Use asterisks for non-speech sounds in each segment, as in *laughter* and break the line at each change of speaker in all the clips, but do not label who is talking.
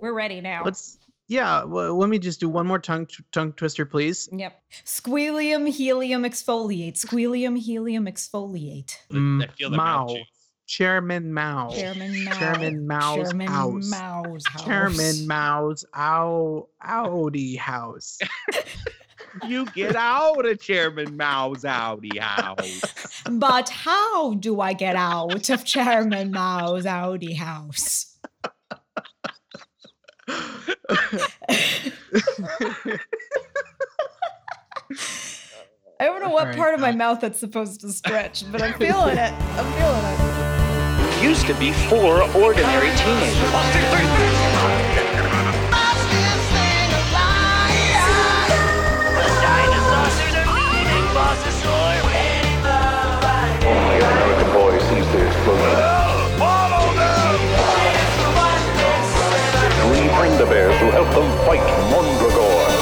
We're ready now.
Let's yeah. Well, let me just do one more tongue tongue twister, please.
Yep. Squelium, helium, exfoliate. Squelium, helium, exfoliate.
Mm,
I feel the
Mao.
mouth juice.
Chairman Mao.
Chairman Mao.
Chairman Mao's
Chairman
house.
Mao's house.
Chairman Mao's ow
*laughs*
Audi house.
You get out of Chairman Mao's Audi house.
But how do I get out of Chairman Mao's Audi house? I don't know what
Alright,
part of my
uh,
mouth that's supposed to stretch, but
*laughs*
I'm feeling it. I'm feeling it.
Used to be for ordinary teenagers.
Only American boy sees the explosion. Three panda bears who help them fight Mondragor.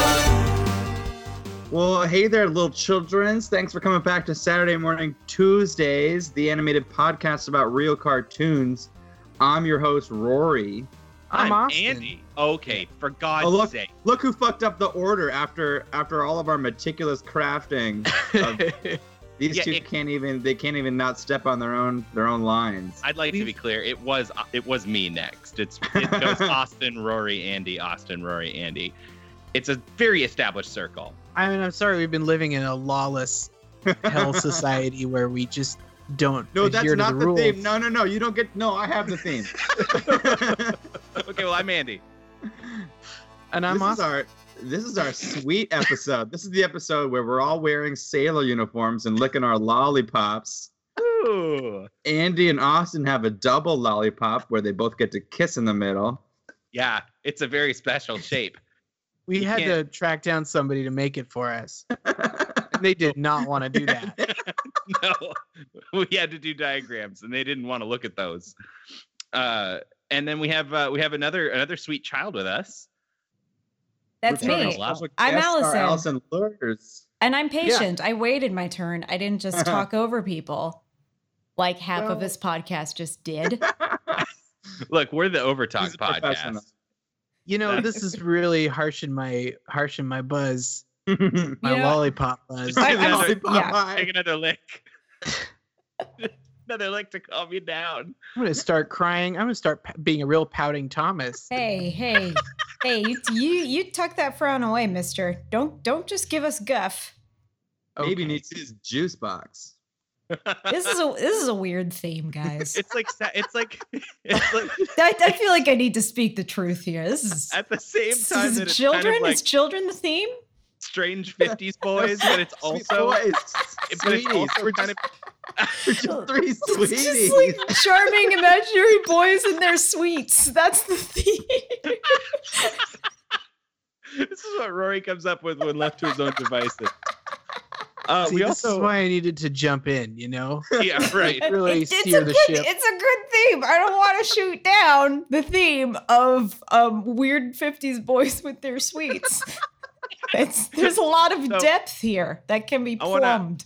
Well, hey there, little childrens. Thanks for coming back to Saturday Morning Tuesdays, the animated podcast about real cartoons. I'm your host, Rory.
I'm
I'm,
Austin. *laughs*
Andy. Okay, for God's
Oh, look.
sake.
Look who fucked up the order after after all of our meticulous crafting.
*laughs*
Of- These
Yeah,
two
it-
can't even they can't even not step on their own their own lines.
I'd like to be clear. It was uh, it was me next. It's it
*laughs*
goes Austin, Rory, Andy, Austin, Rory, Andy. It's a very established circle.
I mean, I'm sorry. We've been living in a
*laughs*
lawless hell society where we just don't
No, that's
adhere
not
to
the,
the, rules.
theme. No, no, no. You don't get no, I have
*laughs*
the theme. *laughs*
Okay, well I'm Andy.
and I'm
this is
Austin.
our this is our sweet episode. This is the episode where we're all wearing sailor uniforms and licking our lollipops.
Ooh.
Andy and Austin have a double lollipop where they both get to kiss in the middle.
Yeah, it's a very special shape. *laughs*
we
you
had to
can't-
track down somebody to make it for
*laughs*
us. And they did not want to do that.
no, we had to do diagrams, and they didn't want to look at those. Uh, and then we have uh, we have another another sweet child with us.
That's
We're turning
me.
a lot.
I'm
Guest star
Allison.
Allison
*laughs*
Lures.
And I'm patient. I waited my turn. I didn't just talk over people like half
Well-
of this podcast just did.
Look, we're the
He's
Overtalk
a professional.
podcast.
You know, this is really harsh in my harsh in my buzz, my
You know-
lollipop buzz.
I- I'm-
Lollipop
yeah.
high.
Take another lick. *laughs* another lick to calm you down. *laughs*
I'm gonna start crying. I'm gonna start p- being a real pouting Thomas.
Hey, hey, hey, you, you you tuck that frown away, mister. Don't don't just give us guff.
Maybe
Okay.
needs his juice box.
This is a this is a weird theme,
*laughs*
guys.
it's like sa- it's like *laughs* it's like
I, I feel like I need to speak the truth here. This is,
at the same
this
time
is
that it's
children.
kind of like
is children the theme? *laughs*
strange '50s boys, but it's
Sweet
also
*laughs* boys,
but it's
sweeties.
also
We're
kind of
*laughs*
just three
It's
sweeties.
just like charming imaginary boys and their sweets. That's the theme.
this is what Rory comes up with when left to his own devices. Uh,
See,
we
this is
also
why I needed to jump in. You know,
*laughs* yeah right.
It-
really
it's, it's
steer
a
the
good,
ship.
It's a good theme. I don't want to shoot down the theme of um, weird '50s boys *laughs* with their sweets. It's, there's a lot of
*laughs* So-
depth here that can be
I wanna-
plumbed.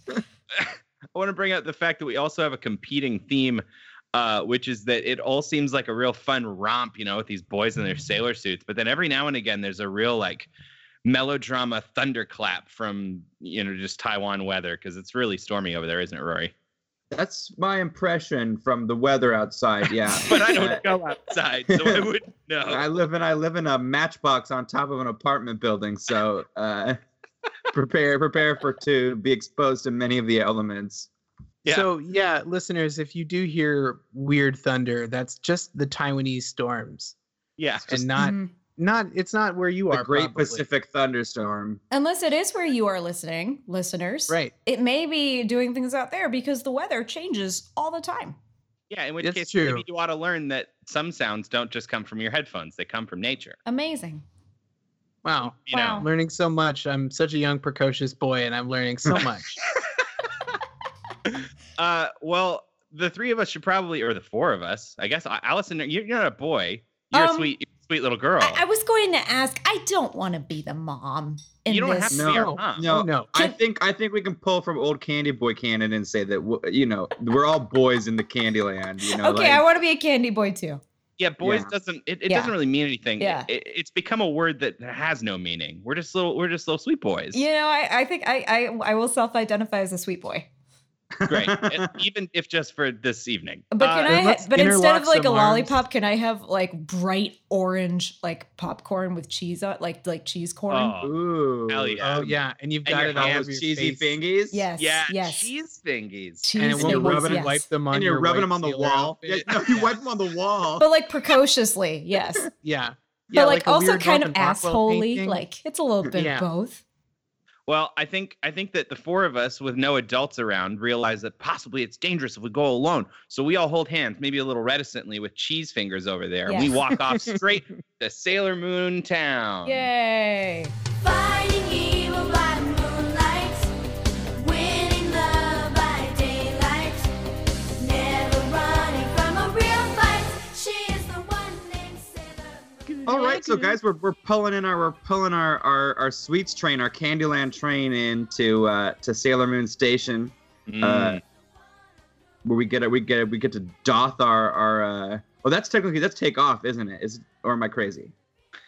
I want to bring up the fact that we also have a competing theme, uh, which is that it all seems like a real fun romp, you know, with these boys
Mm-hmm.
in their sailor suits. But then every now and again, there's a real like melodrama thunderclap from you know just Taiwan weather because it's really stormy over there, isn't it, Rory?
That's my impression from the weather
*laughs*
outside. Yeah.
But I
Uh,
don't go outside, so I
*laughs*
wouldn't know.
I live in I live in a matchbox on top of an apartment building, so
*laughs*
uh, prepare prepare for to be exposed to many of the elements.
Yeah.
So yeah, listeners, if you do hear weird thunder, that's just the Taiwanese storms,
Yeah,
and not
Mhm.
not it's not where you
The
are.
Great
probably.
Pacific Thunderstorm.
Unless it is where you are listening, listeners.
Right.
It may be doing things out there because the weather changes all the time.
yeah. In which
It's
case,
true.
maybe you ought to learn that some sounds don't just come from your headphones; they come from nature.
Amazing.
Wow.
You
Wow.
I'm learning so much. I'm such a young, precocious boy, and I'm learning
*laughs*
so much.
know. Uh, well, the three of us should probably, or the four of us, I guess. A- Allison, you're, you're not a boy. You're
Um,
a sweet, you're a sweet little girl.
I, I was going to ask. I don't want to be the mom. In
you don't
this.
have to
No.
be our mom.
No.
Oh, no.
I
Can-
think I think we can pull from old Candy Boy canon and say that w- you know we're all boys in the Candyland. You know,
okay,
like,
I want to be a candy boy too.
Yeah, boys
Yeah.
doesn't it, it
Yeah.
doesn't really mean anything.
Yeah.
It, it's become a word that has no meaning. We're just little we're just little sweet boys.
You know, I, I think I, I I will self-identify as a sweet boy.
Great.
*laughs*
And even if just for this evening.
But
Uh,
can I?
let's
But instead of
interlock
like a
some arms.
lollipop, can I have like bright orange like popcorn with cheese on, like like cheese corn?
oh,
Ooh.
hell yeah.
Oh yeah, and you've
And
got
your
it all
hands
over
Those
your
cheesy
face,
fingies.
yes.
yeah,
Yes.
cheese thingies.
Cheese
and it
And
when you
you're
rub
nibbles,
it and
yes.
wipe them on
And
your
you're rubbing
white
them on the
sailor
wall. Yeah,
outfit.
no, you wipe
*laughs*
them on the wall.
But like precociously, yes. But
Yeah,
like,
a
also
weird
kind of
Norman Rockwell
assholey.
painting.
Like it's a
*laughs*
little bit
Yeah.
both.
Well, I think I think that the four of us with no adults around realize that possibly it's dangerous if we go alone. So we all hold hands, maybe a little reticently with cheese fingers over there. and We
Yeah. *laughs*
walk off straight to Sailor Moon
Um,
Town.
Yay!
Fighting evil by moonlight, winning love by daylight, never running from a real fight. She is the one named Sailor Moon.
All right, so guys, we're, we're pulling in our we're pulling our, our our sweets train, our Candyland train into uh, to Sailor Moon Station,
Mm.
Uh, where we get it, we get it, we get to doth our our. Uh, well, that's technically that's take off, isn't it? Is or am I crazy?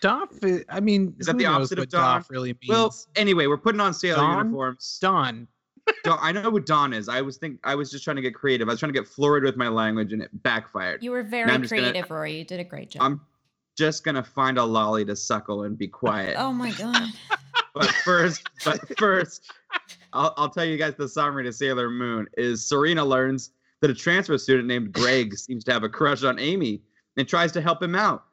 Doff. uh, i- I mean,
Is that
who
the
knows
opposite of
what Doff
Don?
really means?
Well, anyway, we're putting on sailor
Dawn?
uniforms.
Don.
Dawn- I know what Dawn is. I was think I was just trying to get creative. I was trying to get florid with my language, and it backfired.
You were very
I'm just gonna-
creative, Rory. You did a great job.
I'm just gonna find a lolly to suckle and be quiet.
oh
*laughs*
my god!
But first, but first, I'll, I'll tell you guys the summary to Sailor Moon is Serena learns that a transfer student named Greg seems to have a crush on Amy and tries to help him out.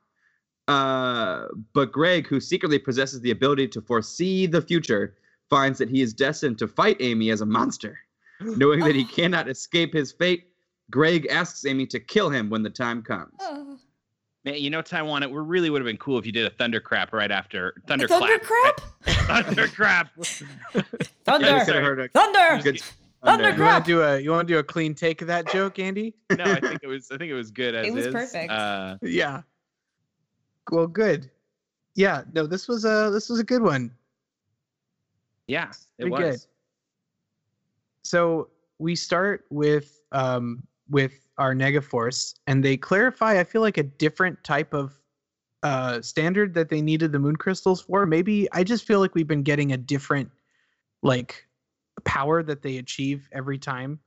Uh, but Greg, who secretly possesses the ability to foresee the future, finds that he is destined to fight Amy as a monster. Knowing that he cannot escape his fate, Greg asks Amy to kill him when the time comes.
Oh.
Man, you know, Taiwan, it really would have been cool if you did a thundercrap right after thunderclap.
Thundercrap!
*laughs* thundercrap.
Thunder!
Yeah, we could have heard a
Thunder!
good
Thunder
You want to do a you want to do a clean take of that joke,
*laughs*
Andy?
No, I think it was. I think it was good as
was
is.
perfect.
Uh,
Yeah. Well, good. Yeah. No, this was a this was a good one.
yeah, it
Pretty
was.
good. So we start with um with our Negaforce, and they clarify. I feel like a different type of uh standard that they needed the moon crystals for. Maybe I just feel like we've been getting a different like power that they achieve every time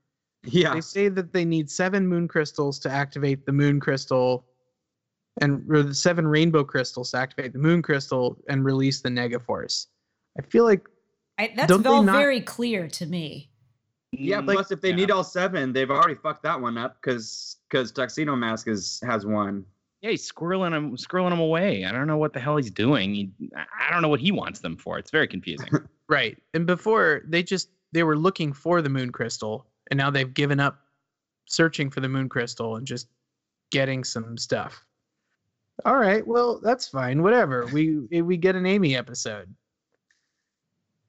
Yeah.
They say that they need seven moon crystals to activate the moon crystal, and or the seven rainbow crystals to activate the moon crystal and release the Negaforce. I feel like
I, that's
Don't they
all
not-
very clear to me.
Yeah,
Mm,
plus if they
yeah.
need all seven, they've already fucked that one up because because Tuxedo Mask is has one.
yeah, he's squirreling him, squirreling him away. I don't know what the hell he's doing. He, I I don't know what he wants them for. It's very confusing.
right. And before they just they were looking for the moon crystal, and now they've given up searching for the moon crystal and just getting some stuff. All right, well that's fine. Whatever. We we get an Amy episode.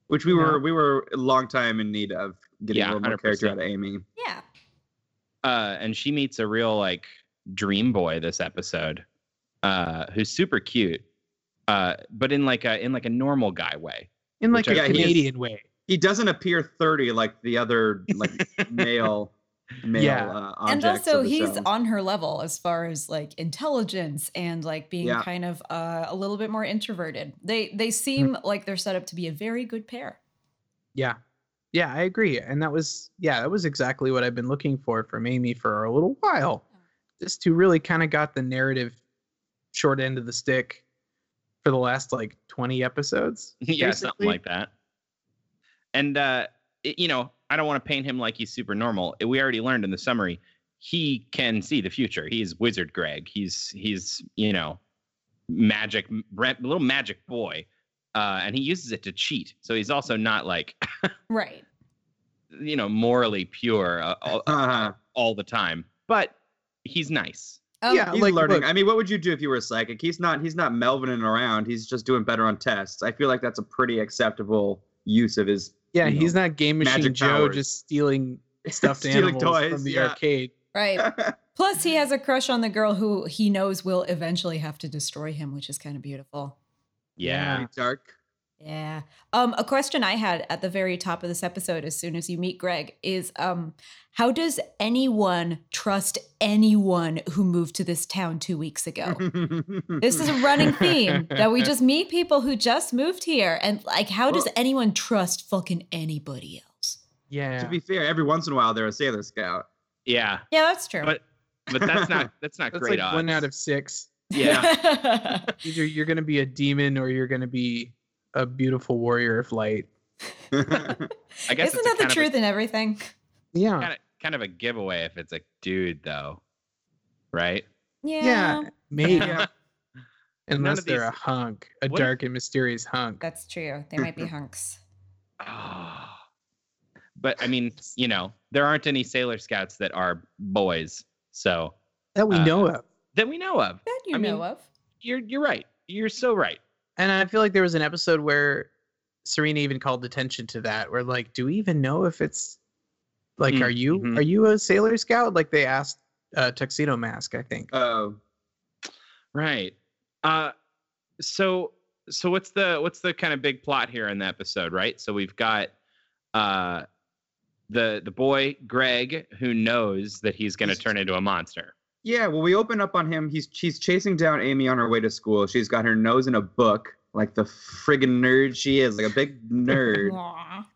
Which we
Yeah.
were we were a long time in need of getting
Yeah,
a little more character
100%.
out of Amy.
Yeah.
uh, and she meets a real like dream boy this episode, uh, who's super cute, uh, but in like a in like a normal guy way. *laughs*
In like
Which
a
I- Yeah, he is-
Canadian way.
He doesn't appear thirty like the other like
*laughs*
male male
Yeah.
uh,
And
objects
also,
of the
he's
show.
on her level as far as like intelligence and like being
Yeah.
kind of uh, a little bit more introverted. They they seem
Hmm.
like they're set up to be a very good pair.
Yeah. Yeah, I agree. And that was yeah, that was exactly what I've been looking for from Amy for a little while. Just who really kind of got the narrative short end of the stick for the last like 20 episodes.
yeah,
basically.
something like that. And uh, it- you know, I don't want to paint him like he's super normal. We already learned in the summary he can see the future. He's Wizard Greg. He's he's you know magic re- little magic boy, uh, and he uses it to cheat. So he's also not like *laughs*
Right.
you know morally pure uh, all,
Uh-huh.
all the time, but he's nice.
Um,
yeah,
*laughs* He's
like
learning.
look,
I mean, what would you do if you were a psychic? He's not. He's not Melvining around. He's just doing better on tests. I feel like that's a pretty acceptable use of his.
yeah,
you
he's not game machine
magic
Joe
powers.
just
*laughs*
stealing stuffed
Stealing
animals
toys,
from the
yeah.
arcade.
*laughs*
Right. Plus, he has a crush on the girl who he knows will eventually have to destroy him, which is kind of beautiful.
Yeah.
Dark. *laughs*
Yeah. Um, a question I had at the very top of this episode, as soon as you meet Greg, is um, how does anyone trust anyone who moved to this town two weeks ago?
Mm-hmm.
this is a running theme that we just meet people who just moved here, and like, how does
Well-
anyone trust fucking anybody else?
Yeah.
to be fair, every once in a while they're a sailor scout. *laughs*
Yeah,
Yeah, that's true.
but but that's
*laughs*
not that's not
That's
great
like one
odds.
out of six.
yeah,
Either you're going to be a demon or you're going to be a beautiful warrior of light.
I
*laughs*
guess
Isn't
it's a
that the
kind of a-
truth in everything?
Yeah.
kind of kind of a giveaway if it's a dude though, right? *sighs*
Yeah. Maybe.
Yeah.
Unless
of
they're a
these-
hunk, a
What if-
dark and mysterious hunk.
That's true. They might
*laughs*
be hunks.
Ah. but I mean, you know, there aren't any Sailor Scouts that are boys, so
That we
uh,
know of.
that we know of.
That you
I
know
mean,
of.
You're you're right. You're so right.
And I feel like there was an episode where Serena even called attention to that, where like, do we even know if it's like,
Hmm,
Mm,
are you
mhm.
are you a sailor scout? Like they asked uh, Tuxedo Mask, I think.
oh,
Right. Uh so so what's the what's the kind of big plot here in the episode, right? So we've got uh the the boy Greg who knows that he's going to
He's-
turn into a monster.
yeah. Well, we open up on him. He's she's chasing down Amy on her way to school. She's got her nose in a book, like the friggin' nerd she is, like a big nerd.
Aw.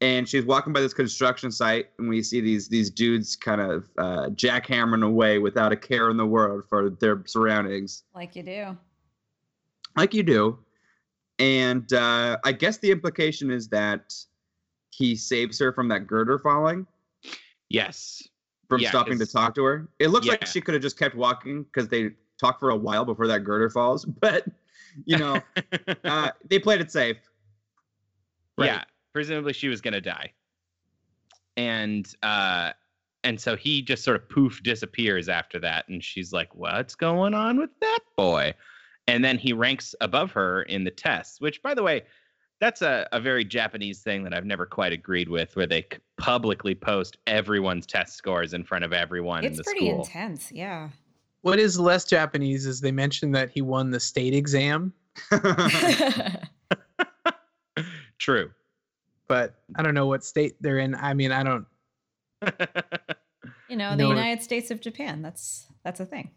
and she's walking by this construction site and we see these these dudes kind of uh, jackhammering away without a care in the world for their surroundings
Like you do.
like you do and uh, i guess the implication is that he saves her from that girder falling
Yes.
from
Yeah,
stopping to
'cause-
talk to her it looks like
Yeah.
she could have just kept walking because they talk for a while before that girder falls *laughs* but
*laughs*
you know uh, they played it safe Right.
Yeah, presumably she was gonna die, and uh, and so he just sort of poof disappears after that, and she's like, "What's going on with that boy?" And then he ranks above her in the tests, which, by the way, that's a, a very Japanese thing that I've never quite agreed with, where they c- publicly post everyone's test scores in front of everyone in
It's
the
pretty
school.
intense.
*laughs*
Yeah.
What is less Japanese is they mentioned that he won the state exam,
True.
but I don't know what state they're in. I mean, I don't.
*laughs*
you know, the
No.
United States of Japan. That's that's a thing.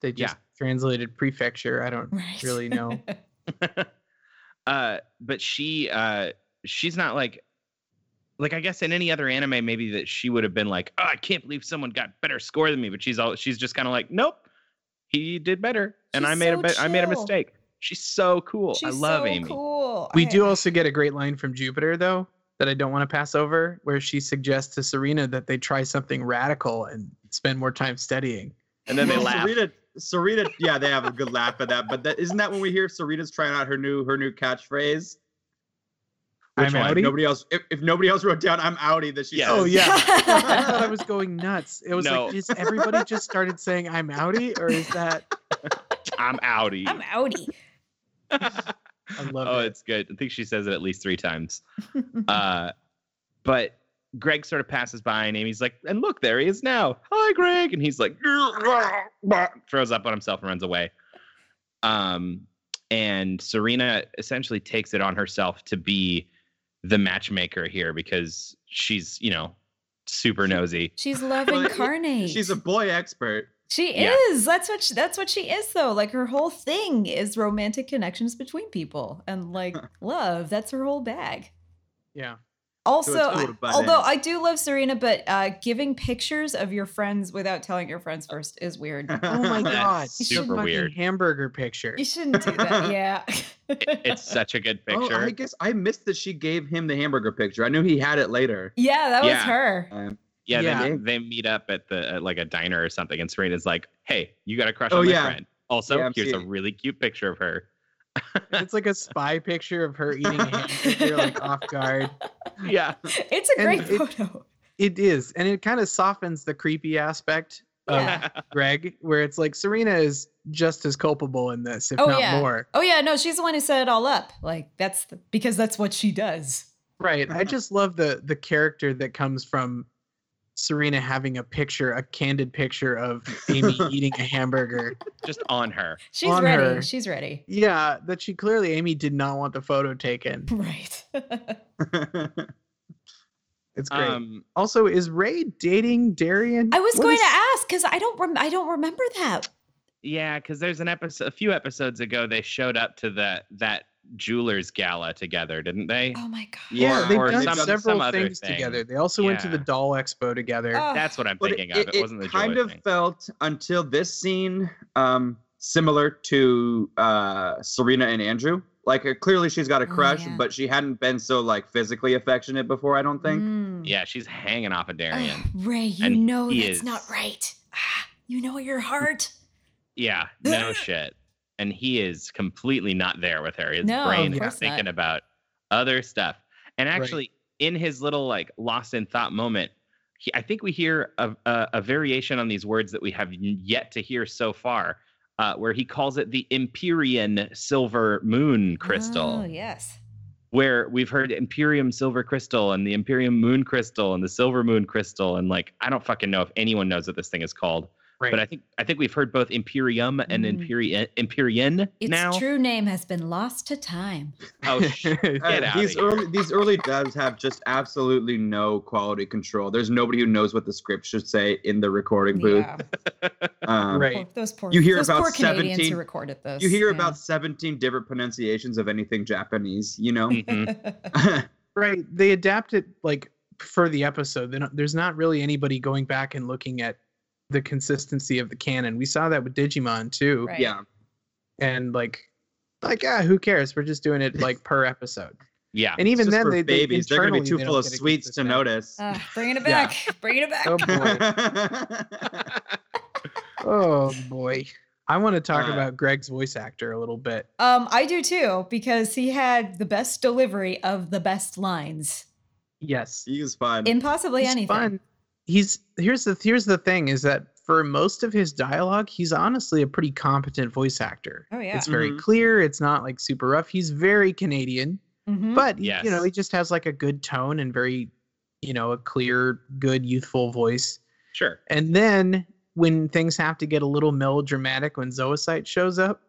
They
Yeah.
just translated prefecture. I don't *laughs*
Right.
really know.
uh but she uh she's not like like i guess in any other anime maybe that she would have been like oh i can't believe someone got better score than me but she's all she's just kind of like nope he did better and i
She's
made a
so
bet i made a
chill.
mistake she's so cool i
She's
love
so
amy
Cool.
We
I-
do also get a great line from Jupiter, though, that I don't want to pass over, where she suggests to Serena that they try something radical and spend more time *laughs* studying.
and then they
Well,
laugh
Sarita, Sarita, yeah, they have a good laugh at that. But that isn't that when we hear Sarita's trying out her new her new catchphrase.
I'm
Which one? If
outie?
Nobody else. If, if nobody else wrote down, I'm outie. That she.
Yes.
says.
Oh, yeah. I thought I was going nuts. It was
No.
like, is everybody just started saying I'm outie, or is that?
i'm outie
*laughs* I'm outie.
I love
oh
it.
it's good i think she says it at least three times uh but greg sort of passes by and amy's like and look there he is now hi greg and he's like *laughs* throws up on himself and runs away um and serena essentially takes it on herself to be the matchmaker here because she's you know super nosy *laughs*
She's love
Well, it-
incarnate.
She's a boy expert.
she
yeah.
is. That's what she, that's what she is though. Like her whole thing is romantic connections between people and like love. That's her whole bag.
Yeah.
Also,
cool
I-
to butt
although
in.
I do love Serena, but uh, giving pictures of your friends without telling your friends first is weird.
Oh
*laughs*
*laughs*
my god.
That's
the
super
fucking
weird.
Hamburger picture.
You shouldn't do that. Yeah.
it's such a good picture
Oh, I guess I missed that she gave him the hamburger picture. I knew he had it later.
*laughs*
*laughs*
yeah, that was
Yeah.
her.
Um,
yeah,
yeah.
They, they meet up at the at like a diner or something and serena's like hey you got a crush
Oh,
on my
yeah.
friend also
Yeah, I'm
here's a
seeing-
really cute picture of her
It's like a spy picture of her
*laughs*
eating a hamburger, like off guard.
yeah
It's a
And
great
it-
photo.
It is, and it kind of softens the creepy aspect of
Yeah.
*laughs*
Greg, where it's like Serena is just as culpable in this, if
Oh,
not
yeah.
more.
Oh yeah, no, she's the one who set it all up. Like that's the, because that's what she does.
Right. I just love the the character that comes from Serena having a picture, a candid picture of
*laughs*
Amy eating a hamburger.
just on her.
She's
On
ready.
her.
She's ready.
Yeah, that she clearly Amy did not want the photo taken.
Right. *laughs*
It's great.
Um,
also, is Ray dating Darian?
I was
What
going
is-
to ask because I don't rem- I don't remember that.
yeah, because there's an episode, a few episodes ago, they showed up to the that jeweler's gala together, didn't they?
Oh my god.
Yeah,
or-
they've
or
done
some-
several
some other
things
thing.
together. They also went to the
Yeah.
doll expo together.
Oh,
That's what I'm
But
thinking of. It, wasn't the
kind
jeweler
of
thing.
felt until this scene um, similar to uh, Serena and Andrew. Like uh, clearly she's got a
Oh,
crush,
yeah.
but she hadn't been so like physically affectionate before. I don't think.
Mm.
Yeah, she's hanging off of
Ugh,
Darian.
Ray, you
And
know
he
that's
is-
not right. Ah, you know your heart. *laughs*
Yeah, no shit. And he is completely not there with her. His
No, of
brain is
course
thinking
not.
about other stuff. And
Right.
actually, in his little like lost in thought moment, he, I think we hear a, a, a variation on these words that we have n- yet to hear so far, uh, where he calls it the Empyrean silver moon crystal,
Oh, yes.
where we've heard Imperium silver crystal and the Imperium moon crystal and the silver moon crystal. And like, I don't fucking know if anyone knows what this thing is called.
right.
But I think I think we've heard both Imperium and
Mm.
Imperium Empyrean
Its
now.
true name has been lost to
*laughs*
time. *laughs*
Oh, sh- Get outta
Uh, these
here. *laughs*
early these early dubs have just absolutely no quality control. There's nobody who knows what the script should say in the recording booth.
Yeah.
Um,
right.
Poor- those poor,
You hear
those
about
poor Canadians
17
who recorded this.
You hear
yeah. *laughs*
about 17 different pronunciations of anything Japanese, you know? *laughs*
Mhm.
Right. They adapt it like for the episode. They don't- There's not really anybody going back and looking at the consistency of the canon. We saw that with Digimon too.
Right.
Yeah.
And like, like, ah, who cares? We're just doing it like per episode.
Yeah.
And even
It's just
then,
for
they, they
babies, they're gonna be
internally,
too
they
full
don't
of
get it
sweets to
consistent.
notice.
Ah, bringing it
Yeah.
back. Bringing it back.
Oh boy.
*laughs*
Oh boy. I want to talk
Uh,
about Greg's voice actor a little bit.
Um, I do too because he had the best delivery of the best lines
Yes.
*laughs* he was fun.
in possibly
He's
anything.
fun. He's here's the here's the thing is that for most of his dialogue, he's honestly a pretty competent voice actor.
Oh yeah.
It's very
Mhm.
clear. It's not like super rough. He's very Canadian,
Mhm.
but he- you know,
Yes.
he just has like a good tone and very, you know, a clear, good, youthful voice.
Sure.
And then when things have to get a little melodramatic when Zoocyte shows up,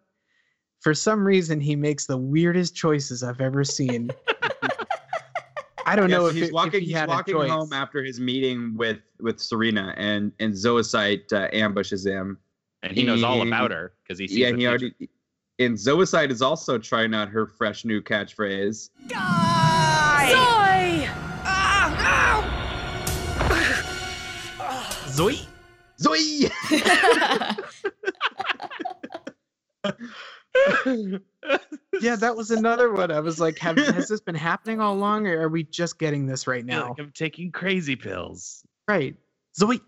for some reason he makes the weirdest choices I've ever
*laughs*
seen. I don't
Yeah,
know
so
if,
he's
it-
walking,
if he
he's
had
walking
a choice.
home after his meeting with with Serena, and and Zoocyte uh, ambushes him.
And he knows all about
He-
her because he sees
Yeah,
the
and he
future.
already. And Zoocyte is also trying out her fresh new catchphrase.
Ah, *laughs*
Zoe.
Zoe!
*laughs*
*laughs* *laughs*
Yeah, that was another one. I was like, have, has this been happening all along, or are we just getting this right
You're
now?
Like, I'm taking crazy pills.
right, Zoe.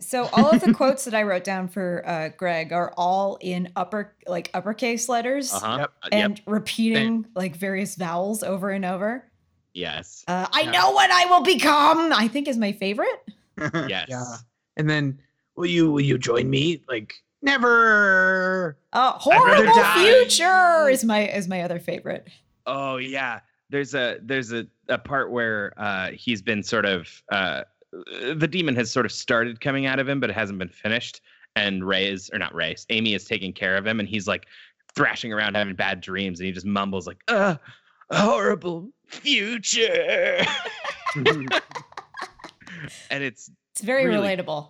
so all of the quotes that I wrote down for uh, Greg are all in upper like uppercase letters
Uh huh.
Yep.
Yep.
and repeating like various vowels over and over.
Yes.
*laughs*
Uh, I
Yeah.
know what I will become. I think is my favorite.
Yes.
Yeah. And then, will you will you join me? Like, never.
Uh,
rather
horrible
die.
future is my is my other favorite.
Oh yeah. There's a there's a, a part where uh, he's been sort of uh, the demon has sort of started coming out of him, but it hasn't been finished. And Ray is or not Ray, Amy is taking care of him, and he's like thrashing around having bad dreams, and he just mumbles like, "Uh, horrible future," *laughs* and it's
It's very
Really?
relatable.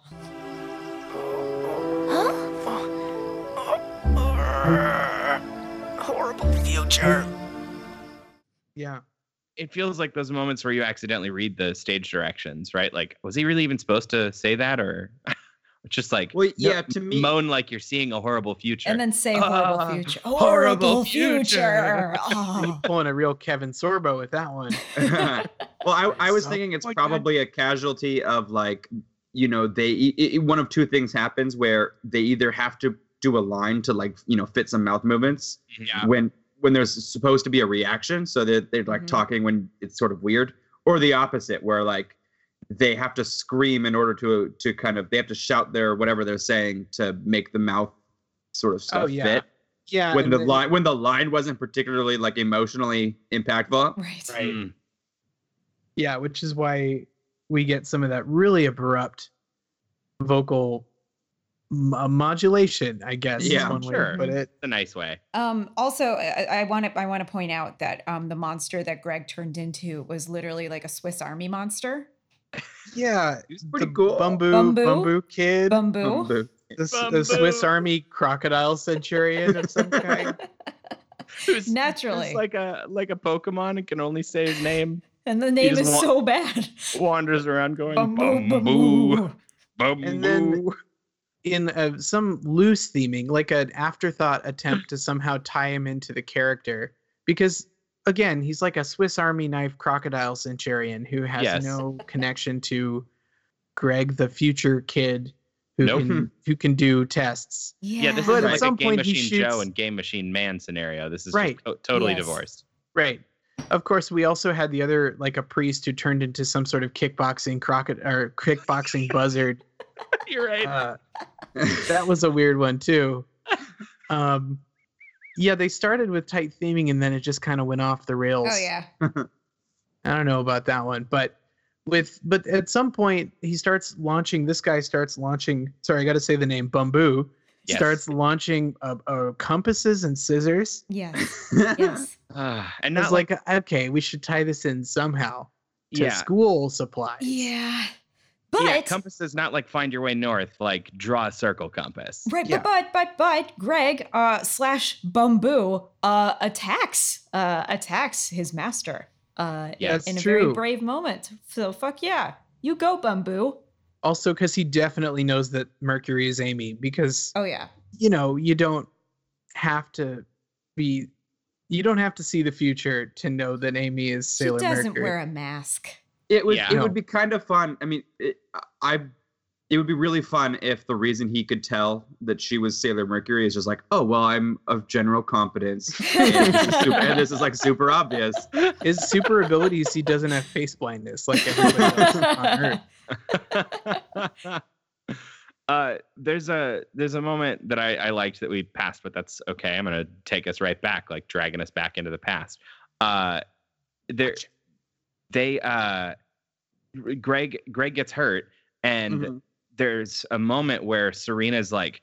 Yeah.
it feels like those moments where you accidentally read the stage directions, right? Like, was he really even supposed to say that, or *laughs* it's just like
Well, yeah, to me,
moan like you're seeing a horrible future?
And then say horrible
Ah,
future.
horrible
Horrible
future.
future. Ah.
Pulling a real Kevin Sorbo with that one.
*laughs*
*laughs*
well, I, I was
So-
thinking it's
Oh my God.
probably a casualty of like, you know, they e- e- one of two things happens where they either have to do a line to like, you know, fit some mouth movements
yeah,
when when there's supposed to be a reaction, so that they're, like
Mhm.
talking when it's sort of weird, or the opposite where like they have to scream in order to to kind of they have to shout their whatever they're saying to make the mouth sort of stuff
yeah.
fit
Yeah.
when
and
the
then-
line when the line wasn't particularly *laughs*
Mm-hmm.
like emotionally impactful
right.
Mm.
Yeah, which is why we get some of that really abrupt vocal mo- modulation, I guess. is
Yeah,
one way
sure.
to put it.
a nice *laughs* way.
Um, also, I want to I want to point out that um, the monster that Greg turned into was literally like a Swiss Army monster.
Yeah,
It's pretty
the
cool.
Bumbu,
Bumbu?
Bumbu, kid,
*laughs*
Bamboo.
Bumbu.
the, s- the Swiss Army crocodile centurion *laughs*
*laughs*
of some kind.
Who's- who's
Naturally.
like a like a Pokemon and can only say his name.
and the name
just
is
wa-
so bad.
Wanders around going
Bamboo,
bamboo,
bamboo.
bamboo.
And then in uh some loose theming, like an afterthought attempt to somehow tie him into the character, because again, he's like a Swiss Army knife crocodile centurion who has
Yes.
no connection to Greg, the future kid who
Nope.
can who can do tests.
Yeah.
yeah, this
But at
is like a
some
Game
point he
Machine Joe
shoots-
and Game Machine Man scenario. This is just
Right.
to- totally
Yes.
divorced.
Right. Of course, we also had the other, like a priest who turned into some sort of kickboxing crocodile or kickboxing buzzard.
*laughs* You're right.
Uh, that was a weird one too. Um, yeah, they started with tight theming and then it just kind of went off the rails.
Oh yeah.
I don't know about that one, but with but at some point he starts launching. This guy starts launching. Sorry, I got to say the name. Bamboo
Yes.
starts launching uh, uh, compasses and scissors.
Yes.
*laughs*
yeah.
Yes.
Ah, *sighs* and
And
not
it's
like,
like, okay, we should tie this in somehow to
yeah.
school supplies.
yeah. But
yeah, compass is not like find your way north, like draw a circle compass.
Right,
Yeah.
but but but but Greg uh, slash Bamboo uh, attacks uh, attacks his master uh,
Yeah.
That's
in a
true.
very brave moment. So fuck yeah, you go Bamboo.
also, because he definitely knows that Mercury is Amy, because
Oh yeah,
you know you don't have to be, you don't have to see the future to know that Amy is Sailor
he doesn't
Mercury.
wear a *laughs* mask.
It would
Yeah.
it
No.
would be kind of fun. I mean, it, I it would be really fun if the reason he could tell that she was Sailor Mercury is just like, oh well, I'm of general competence, *laughs* and this is, super, and this is like super obvious.
*laughs* His super abilities, he doesn't have face
*laughs*
blindness like everybody else on Earth.
*laughs* uh, there's a there's a moment that I, I liked that we passed, but that's okay. I'm gonna take us right back, like dragging us back into the past. Uh, there, they uh, Greg Greg gets hurt, and
Mhm.
there's a moment where Serena's like,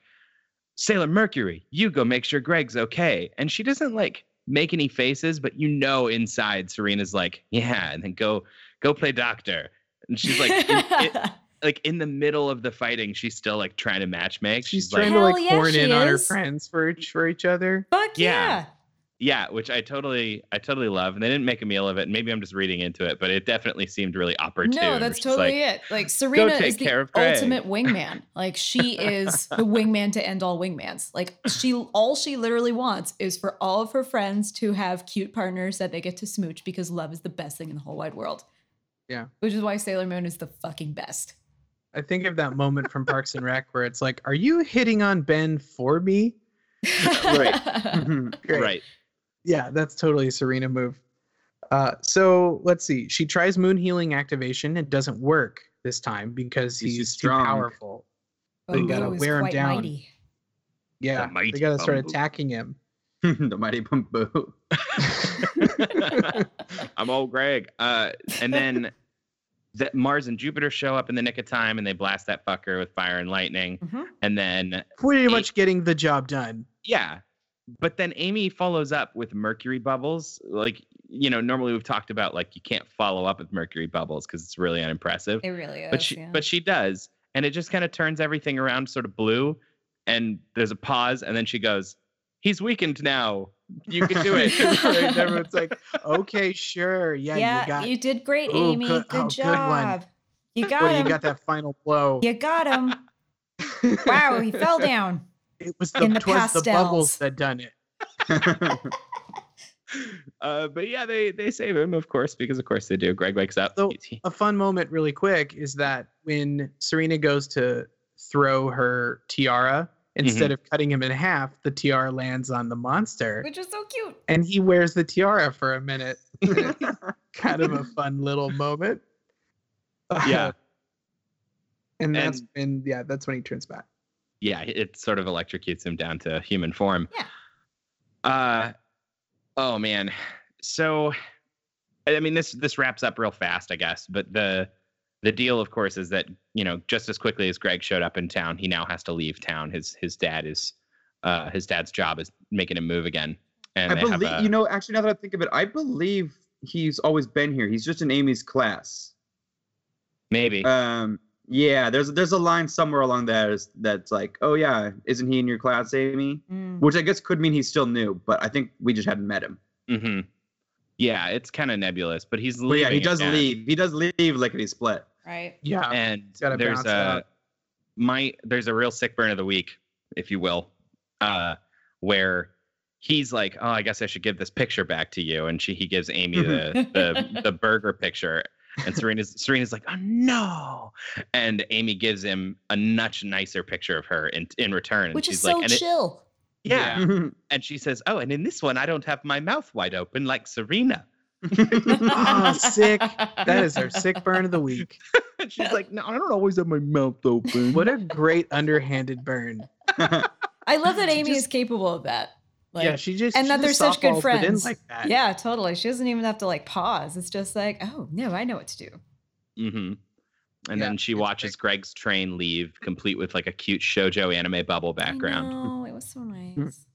Sailor Mercury, you go make sure Greg's okay. And she doesn't like make any faces, but you know inside Serena's like, yeah, and then go go play doctor. And she's like, in, it- like in the middle of the fighting, she's still like trying to matchmake.
She's
She's,
trying to like
like,
Hell yeah,
horn
she
in on her
is.
friends for each for each other.
fuck yeah.
Yeah. yeah, which I totally, I totally love. And they didn't make a meal of it. And maybe I'm just reading into it, but it definitely seemed really opportune.
No, that's
She's like,
totally it. Like Serena
take
is the
care of Greg.
ultimate wingman. Like she is the wingman to end all wingmans. Like she all she literally wants is for all of her friends to have cute partners that they get to smooch because love is the best thing in the whole wide world.
Yeah.
Which is why Sailor Moon is the fucking best.
I think of that moment from Parks and Rec where it's like, "Are you hitting on Ben for me?"
*laughs* right.
Mm-hmm.
Great.
right.
*laughs* Yeah, that's totally a Serena move. Uh, so let's see. She tries moon healing activation. It doesn't work this time because
He's
he's,
too
too
strong.
powerful. They gotta wear him down. Yeah,
mighty
they gotta start
Bumblebee.
attacking him.
the mighty Bumbu.
*laughs* I'm old Greg. Uh, and then that Mars and Jupiter show up in the nick of time and they blast that fucker with fire and lightning.
Mhm.
And then,
Pretty much getting the job *laughs* done.
yeah. But then Amy follows up with mercury bubbles. Like, you know, normally we've talked about like you can't follow up with mercury bubbles because it's really unimpressive.
It really is.
but she
yeah.
but she does. And it just kind of turns everything around sort of blue. And there's a pause, and then she goes, He's weakened now. You can do it. *laughs*
right?
*laughs*
Everyone's like, okay, sure, yeah,
yeah,
you got,
you, did great,
Ooh,
Amy.
good-
Good,
oh, good one.
job. You got
*laughs* well,
him.
you got that final blow.
you got him. Wow, he
*laughs*
fell down.
It was the,
In the
twas the
pastels.
bubbles that done it.
Uh, but yeah, they they save him, of course, because of course they do. Greg wakes up.
So-
He-
A fun moment, really quick, is that when Serena goes to throw her tiara,
Mm-hmm.
instead of cutting him in half, the tiara lands on the monster,
Which was so cute.
and he wears the tiara for a *laughs* minute. kind of *laughs* a fun little moment.
yeah,
*laughs* and that's when
and-
yeah, that's when he turns back.
yeah, it sort of electrocutes him down to human form.
Yeah.
Uh, oh man. So, I I mean, this this wraps up real fast, I guess. But the The deal, of course, is that you know just as quickly as Greg showed up in town, he now has to leave town. His his dad is uh, his dad's job is making him move again. And
I
they
believe
have a,
you know. Actually, now that I think of it, I believe he's always been here. He's just in Amy's class.
maybe
Um, yeah, there's there's a line somewhere along that is that's like, oh yeah, isn't he in your class, Amy?
Mm.
Which I guess could mean he's still new, but I think we just hadn't met him.
hmm Yeah, it's kind of nebulous, but he's
But
leaving.
yeah, he does
again,
leave. He does leave lickety split.
Right.
Yeah.
and
gotta
there's
bounce
a
out.
my there's a real sick burn of the week, if you will, uh, where he's like, "Oh, I guess I should give this picture back to you," and she he gives Amy the
*laughs*
the, the burger picture, and Serena's Serena's like, "Oh no," and Amy gives him a much nicer picture of her in in return, and
Which
she's
is
like,
so
and it-
chill.
yeah,
*laughs*
and she says, "Oh, and in this one, I don't have my mouth wide open like Serena." *laughs*
Ah, sick. That is our sick burn of the *laughs* week.
And she's like, "No, I don't always have my mouth open."
What a great underhanded burn.
*laughs* I love
*laughs*
that Amy
Just-
is capable of that. Like,
yeah, she just
and
she
that they're
just
such good
softballs it in
friends.
like that.
yeah, totally. She doesn't even have to like pause. It's just like, oh no, I know what to do.
Mm-hmm. And
Yeah,
then she
it's
watches
big.
Greg's train leave, complete with like a cute shojo anime bubble background.
Oh, it was so
Mm.
nice.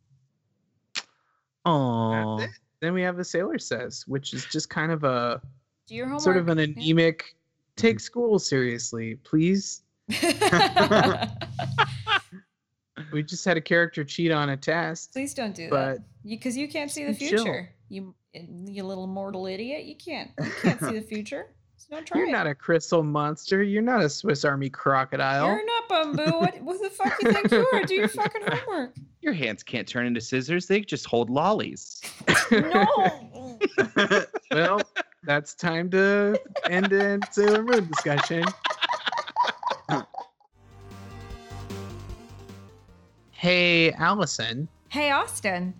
Aww. Then we have the sailor says, which is just kind of a
Do your homework.
sort of an
yeah.
anemic. Take school seriously, please. *laughs* We just had a character cheat on a
*laughs*
test.
Please don't do
But-
that. Because you, can't see the
Just be chill.
future. You you little mortal idiot. You can't. You can't
*laughs*
see the future. So don't try
You're
it.
not a crystal monster. You're not a Swiss Army crocodile.
You're not Bumbu.
*laughs*
What, what the fuck you think you are? Do your fucking homework.
Your hands can't turn into scissors; they just hold lollies.
No.
*laughs* well, that's time to end in Sailor Moon discussion. hey, Allison,
Hey, Austin.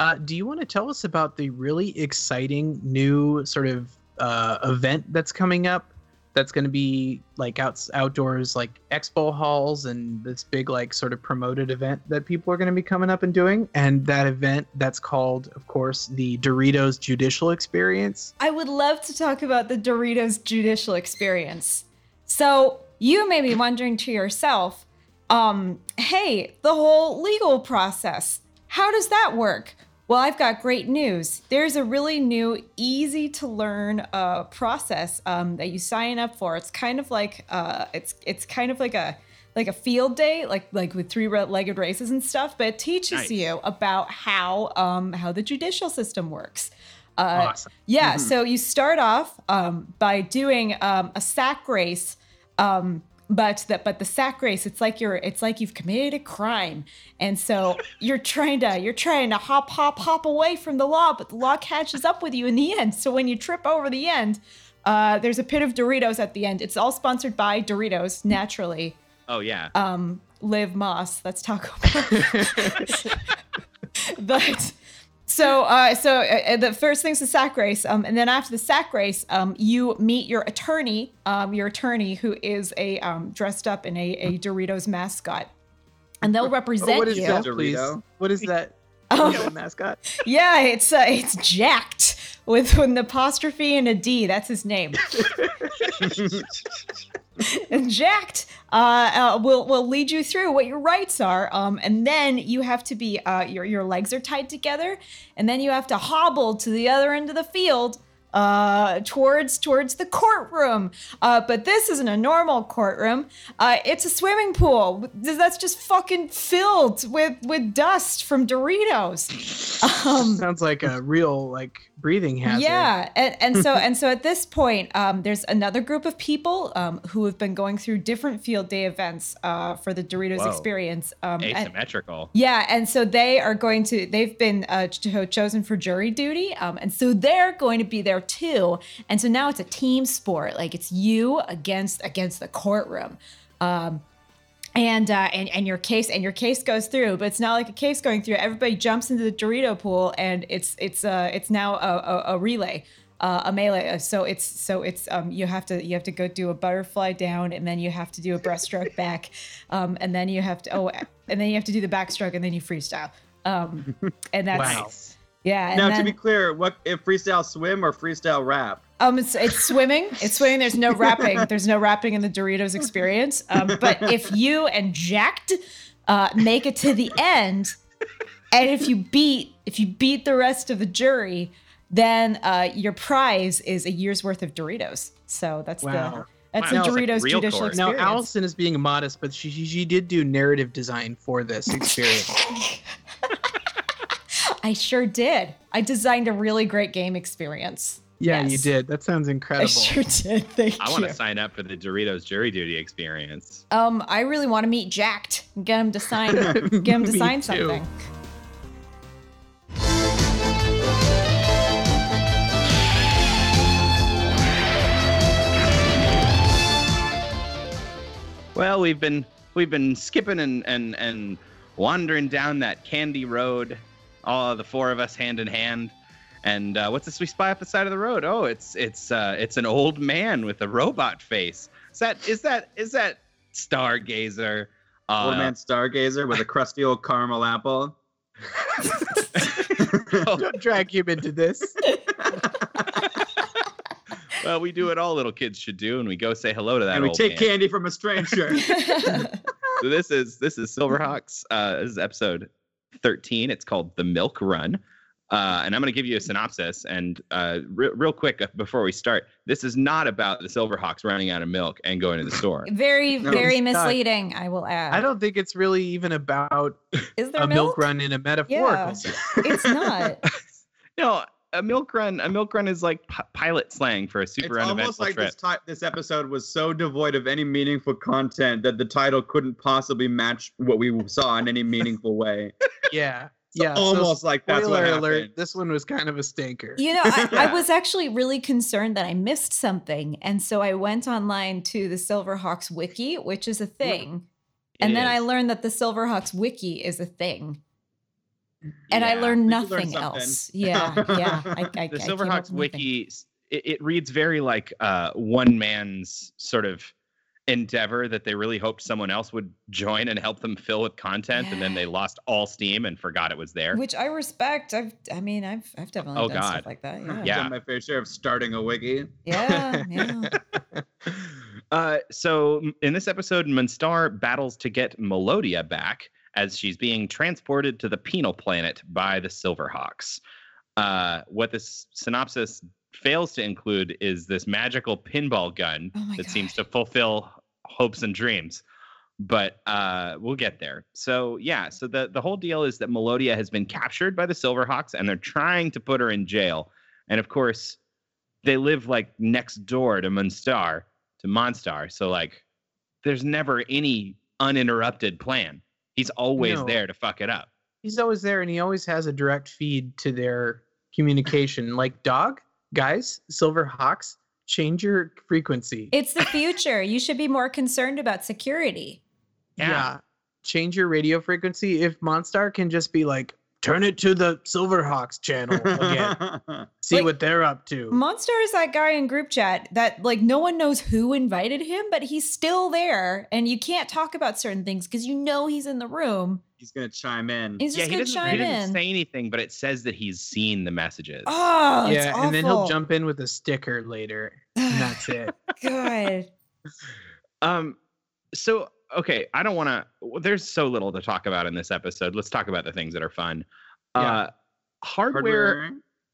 uh, do you want to tell us about the really exciting new sort of uh, event that's coming up? That's going to be like outs outdoors, like expo halls, and this big like sort of promoted event that people are going to be coming up and doing. And that event that's called, of course, the Doritos Judicial Experience.
I would love to talk about the Doritos judicial experience. So, you may be wondering to yourself, um, hey, the whole legal process, how does that work? Well, I've got great news. There's a really new, easy to learn uh, process um, that you sign up for. It's kind of like uh, it's it's kind of like a like a field day, like like with three legged races and stuff. But it teaches
Nice.
you about how um, how the judicial system works. Uh,
Awesome.
yeah, so you start off um, by doing um, a sack race, um, but the, but the sack race, it's like you're it's like you've committed a crime, and so you're trying to you're trying to hop hop hop away from the law, but the law catches up with you in the end. So when you trip over the end, uh, there's a pit of Doritos at the end. It's all sponsored by Doritos, naturally.
Oh yeah,
Um, Liv Moss, that's Taco Bell.
*laughs*
but so uh, so uh, the first thing's the sack race um, and then after the sack race um, you meet your attorney um, your attorney who is a um, dressed up in a, a doritos mascot and they'll represent
Oh, what is
you
that, please?
Dorito?
What is that?
*laughs* Oh.
Dorito mascot.
yeah it's uh, it's jacked with an apostrophe and a d that's his name and jacked uh, uh, will will lead you through what your rights are, um, and then you have to be uh, your your legs are tied together, and then you have to hobble to the other end of the field uh, towards towards the courtroom. Uh, but this isn't a normal courtroom; uh, it's a swimming pool that's just fucking filled with with dust from Doritos. Um,
Sounds like a real like breathing hazard.
yeah, and, and so and so at this point, um, there's another group of people um, who have been going through different field day events uh, for the Doritos
Whoa.
experience. Um, and-
asymmetrical.
yeah, and so they are going to. They've been uh, cho- chosen for jury duty, um, and so they're going to be there too. And so now it's a team sport. Like it's you against against the courtroom. Um, and, uh, and and your case and your case goes through, but it's not like a case going through. Everybody jumps into the Dorito pool, and it's it's uh it's now a, a, a relay, uh, a melee. So it's so it's um you have to you have to go do a butterfly down, and then you have to do a breaststroke back, um and then you have to oh and then you have to do the backstroke, and then you freestyle. Um, and that's
Wow.
Yeah. And
now,
then,
to be clear, what if freestyle swim or freestyle rap?
um, it's, it's swimming. It's swimming. There's no rapping. There's no rapping in the Doritos experience. Um, but if you and Jacked uh, make it to the end, and if you beat if you beat the rest of the jury, then uh, your prize is a year's worth of Doritos. So that's
Wow.
the that's
Wow,
the
it's like
Doritos
real
judicial
court.
Now,
experience.
Allison is being modest, but she, she she did do narrative design
*laughs*
for this experience.
I sure did. I designed a really great game experience.
yeah, you
Yes.
did. That sounds
I
incredible.
sure did. Thank
I
you.
want to sign up for the Doritos jury duty experience.
Um, I really want to meet Jacked and get him to sign get him to
Me
sign
too.
something.
Well, we've been we've been skipping and and and wandering down that candy road, all the four of us hand in hand. And uh, what's this we spy up the side of the road? Oh, it's it's uh, it's an old man with a robot face. Is that is that is that Stargazer? Uh,
Old man stargazer with a crusty old caramel apple.
*laughs* Don't drag him into this.
*laughs* well, we do what all little kids should do, and we go say hello to that
and we
old
take
man.
candy from
*laughs*
a stranger.
so this is this is Silverhawks. Uh, this is episode thirteen. It's called the Milk Run, uh, and I'm going to give you a synopsis. And uh, re- real quick uh, before we start, this is not about the Silverhawks running out of milk and going to the store.
Very,
No,
very
it's not.
misleading, I will add.
I don't think it's really even about
Is there
a
milk?
milk run in a metaphorical
Yeah.
sense.
It's not.
*laughs* no, a milk run. A milk run is like pi- pilot slang for a
it's
super
almost
uneventful
like
trip.
this, ti- this episode was so devoid of any meaningful content that the title couldn't possibly match what we saw in any
*laughs*
meaningful way.
Yeah.
It's
yeah. so
almost like that's what
spoiler
happened.
alert. This one was kind of a stinker.
You know, I, I
Yeah.
was actually really concerned that I missed something. And so I went online to the Silverhawks wiki, which is a thing. And then I
It is.
learned that the Silverhawks wiki is a thing. And I
Yeah.
learned
We learned
nothing
something.
else. Yeah, yeah. I, I,
the
I came up
Silverhawks
with nothing.
wiki. s- It, it reads very like uh, one man's sort of endeavor that they really hoped someone else would join and help them fill with content, and then they
Yeah.
lost all steam and forgot it was there.
Which I respect. I've, I mean, I've, I've definitely
Oh,
done
God.
stuff like that. Yeah.
Yeah.
Done my fair share of starting a wiki.
Yeah. yeah.
*laughs* uh, so m- in this episode, Munstar battles to get Melodia back as she's being transported to the penal planet by the Silverhawks. Uh, what this synopsis fails to include is this magical pinball gun
Oh my
that seems to
God.
fulfill hopes and dreams. But uh, we'll get there. So yeah, so the the whole deal is that Melodia has been captured by the Silverhawks, and they're trying to put her in jail. And of course, they live like next door to Monstar, to Monstar. So like, there's never any uninterrupted plan. He's always
No.
there to fuck it up.
He's always there and he always has a direct feed to their communication. Like, dog, guys, silver hawks, change your frequency.
It's the future. You should be more concerned about security.
Yeah.
Change your radio frequency. If Monstar can just be like, turn it to the Silverhawks
Oh,
channel
*laughs*
again. See
Like-
what they're up to.
Monster is that guy in group chat that like no one knows who invited him, but he's still there, and you can't talk about certain things because you know he's in the room.
*laughs* He's gonna chime in.
He's just
he
gonna
doesn't,
chime
he doesn't
in.
say anything, but it says that he's seen the messages.
oh, it's
yeah, and then he'll
awful. *sighs*
jump in with a sticker later. And that's it.
God,
Um, so okay, I don't want to. There's so little to talk about in this episode. Let's talk about the things that are fun.
Yeah.
Uh, hardware,
Hardware.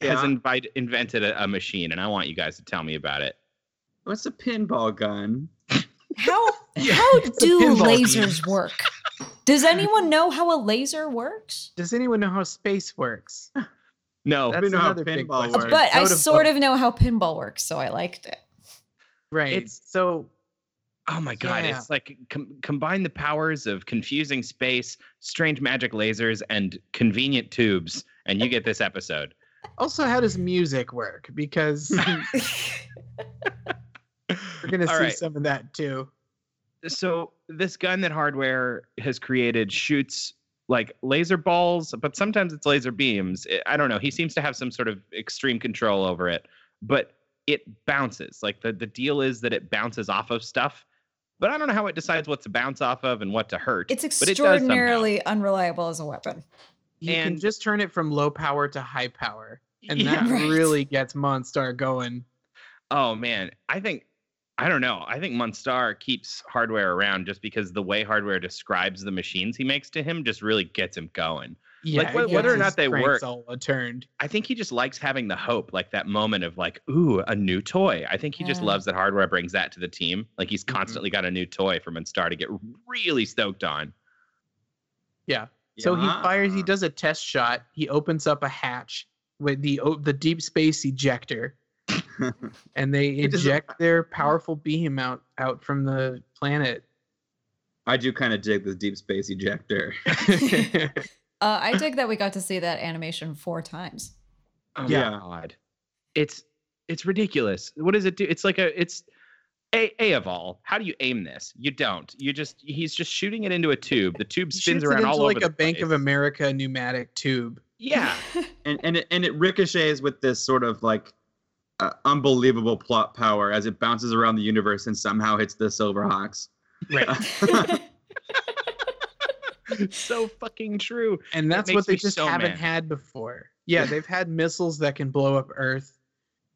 has
yeah.
invite, invented a, a machine, and I want you guys to tell me about it.
What's a pinball gun?
how
*laughs* Yeah,
how
a
do
pinball game.
lasers work? Does anyone know how a laser works?
Does anyone know how space works?
No,
That's
we know how
another big
pinball
question.
works.
But I
Soda
sort
pop.
of know how pinball works, so I liked
*laughs*
it.
right.
It's-
so
oh my god,
Yeah.
it's like com- combine the powers of confusing space, strange magic lasers, and convenient tubes, and you get this episode.
also how does music work?
*laughs*
Because we're gonna
All
see
right.
some of that too.
so this gun that hardware has created shoots like laser balls but sometimes it's laser beams I- i don't know he seems to have some sort of extreme control over it but it bounces like the, the deal is that it bounces off of stuff but i don't know how it decides what to bounce off of and what to hurt
It's
but it does somehow.
extraordinarily unreliable as a weapon.
You can
And-
just turn it from low power to high power, *laughs*
*laughs*
and
Yeah. *laughs*
that
right.
really gets Monstar going.
Oh man, I think I don't know. I think Monstar keeps hardware around just because the way hardware describes the machines he makes to him just really gets him going.
Yeah,
wh-
it
whether or
gets
not
his
they
cranks
work.
all turned.
I think he just likes having the hope, like that moment of like, ooh, a new toy. I think he just
Yeah.
loves that hardware brings that to the team. Like he's
Mhm.
constantly got a new toy for Monstar to get really stoked on.
Yeah. So he fires. He
Yeah.
does a test shot. He opens up a hatch with the o- the deep space
*laughs*
ejector, and they
It doesn't-
eject their powerful beam out out from the planet.
I do kind of dig the deep
*laughs*
*laughs*
space ejector.
Uh, I dig that we got to see that animation four times.
Oh
Yeah.
my god. It's it's ridiculous. What does it do? It's like a it's a a of all. How do you aim this? You don't. You just he's just shooting it into a tube. The tube
He shoots
spins
it
around
into
all
like
over
a
the
Bank of
place.
America pneumatic tube.
*laughs*
*laughs*
Yeah.
and and it, and it ricochets with this sort of like uh, unbelievable plot power as it bounces around the universe and somehow hits the Silverhawks.
Right. *laughs*
so fucking true.
and that's
makes
what they
me
just
so
haven't
mad.
had before. Yeah, they've had missiles that can blow up Earth.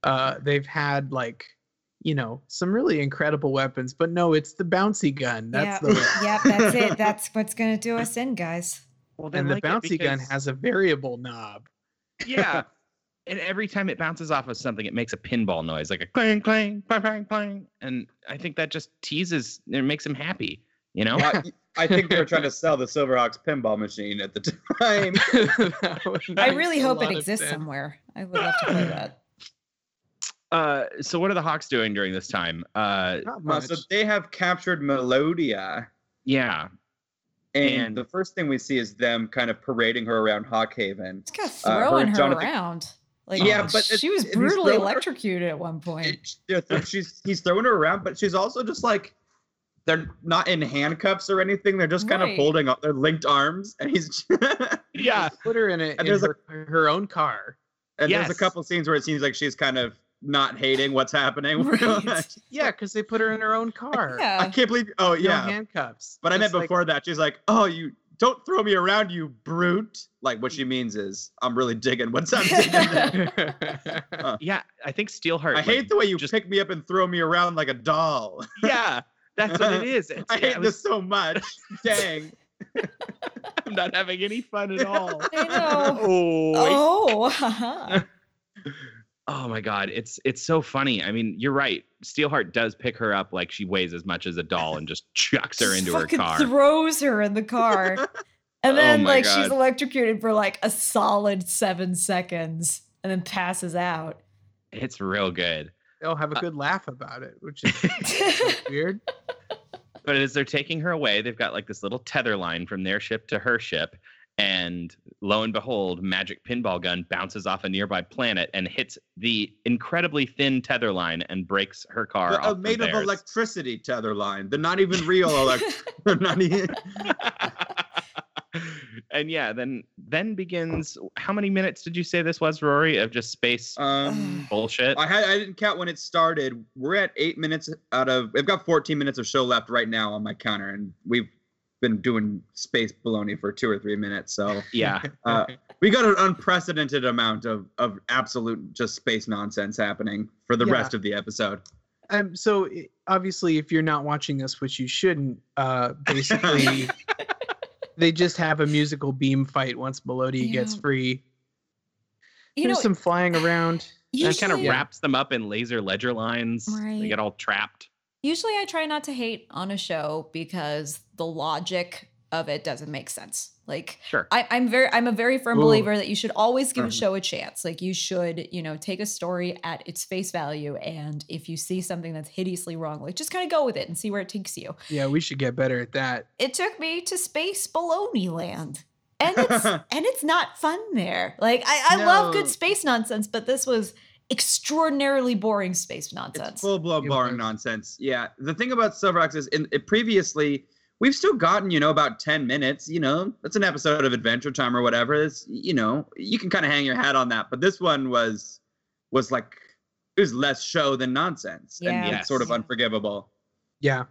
Uh, they've had like, you know, some really incredible weapons, but no, it's the bouncy gun. That's
*laughs* yep.
the
yep, that's it. That's what's going to do us in, guys.
Well,
and the bouncy gun has a variable
*laughs*
knob. *laughs*
yeah. And every time it bounces off of something, it makes a pinball noise, like a clang, clang, clang, clang, clang. And I think that just teases it makes him happy, you know?
Well, Oh, I think they were trying to sell the Silverhawks pinball machine at the *laughs* time.
That would
I
make
really
a
hope it
lot of
exists
sense.
somewhere. I would love to play that.
Uh, so what are the Hawks doing during this time? Uh,
Not
Uh,
much.
so they have captured Melodia,
yeah.
and,
And-
the first thing we see is them kind of parading her around Hawkhaven.
Just kind of
Uh, her and
throwing her,
Jonathan-
around. Like,
Yeah, but it-
she was
it is
brutally
throwing her-
electrocuted at one point.
It- they're thro- she's he's throwing her around, but she's also just like they're not in handcuffs or anything. They're just kind
Right.
of holding up their linked arms, and he's
Yeah.
Put her in, a, in
Ah. And there's a-
her, her own car.
And there's
Yes.
a couple scenes where it seems like she's kind of not hating what's happening. *laughs*
Right.
Yeah, because they put her in her
*laughs*
own car.
I
Yeah.
can't believe. Oh
No
yeah,
handcuffs.
but I meant
It's like,
before that she's like, "Oh, you don't throw me around, you brute!" Like what she means is, "I'm really digging what's happening.
Yeah. I think Steelheart.
I
like,
hate the way you
just-
pick me up and throw me around like a doll.
*laughs*
*laughs*
Yeah. That's what it is. It's-
I
yeah,
hate
it was- *laughs*
this so much. Dang."
I'm not having any fun at
*laughs*
all.
I know. *laughs*
Oh,
Oh, haha.
Oh my god, it's it's so funny. I mean, you're right. Steelheart does pick her up like she weighs as much as a doll and just chucks her
Just
into her
fucking
car.
Throws her in the car.
Oh
And then,
my
like, she's
God.
electrocuted for like a solid seven seconds and then passes out.
it's real good.
they'll have a
Uh.
good laugh about it, which
*laughs*
is weird.
But as they're taking her away, they've got like this little tether line from their ship to her ship. And lo and behold, magic pinball gun bounces off a nearby planet and hits the incredibly thin tether line and breaks her car.
They're, uh,
off from
made of
theirs.
electricity tether line. They're not even real. Elect- *laughs* they're not e-, even.
*laughs* and yeah, then then begins. How many minutes did you say this was, Rory? Of just space
Um,
bullshit.
I had I didn't count when it started. We're at eight minutes out of I've got 14 minutes of show left right now on my counter, and we've been doing space baloney for two or three minutes. So *laughs*
yeah,
uh, we got an unprecedented amount of of absolute just space nonsense happening for the
Yeah.
rest of the episode.
Um, so i- obviously, if you're not watching this, which you shouldn't, uh,
*laughs*
basically, they just have a musical beam fight once Melodia gets
Yeah.
free.
*laughs* you know,
There's some
*sighs*
flying around.
that kind of
usually-
wraps them up in laser ledger lines. They
Right.
get all trapped.
Usually, I try not to hate on a show because the logic of it doesn't make sense. Like,
Sure.
I, I'm very, I'm a very firm
Ooh. Mm-hmm.
believer that you should always give a
Mhm.
show a chance. Like, you should, you know, take a story at its face value, and if you see something that's hideously wrong, like just kind of go with it and see where it takes you.
Yeah, we should get better at that.
It took me to space baloney land. And
*laughs*
it's and it's not fun there. Like I, I love good
No.
space nonsense, but this was extraordinarily boring space
It's
nonsense.
full blown
It
boring
was.
nonsense. Yeah. The thing about Silverhawks is in it, previously we've still gotten, you know, about 10 minutes, you know, that's an episode of Adventure Time or whatever. It's, you know, you can kind of hang your hat on that. But this one was, was like, it was less show than nonsense. And
Yeah.
it's sort of
Yes.
unforgivable.
Yeah.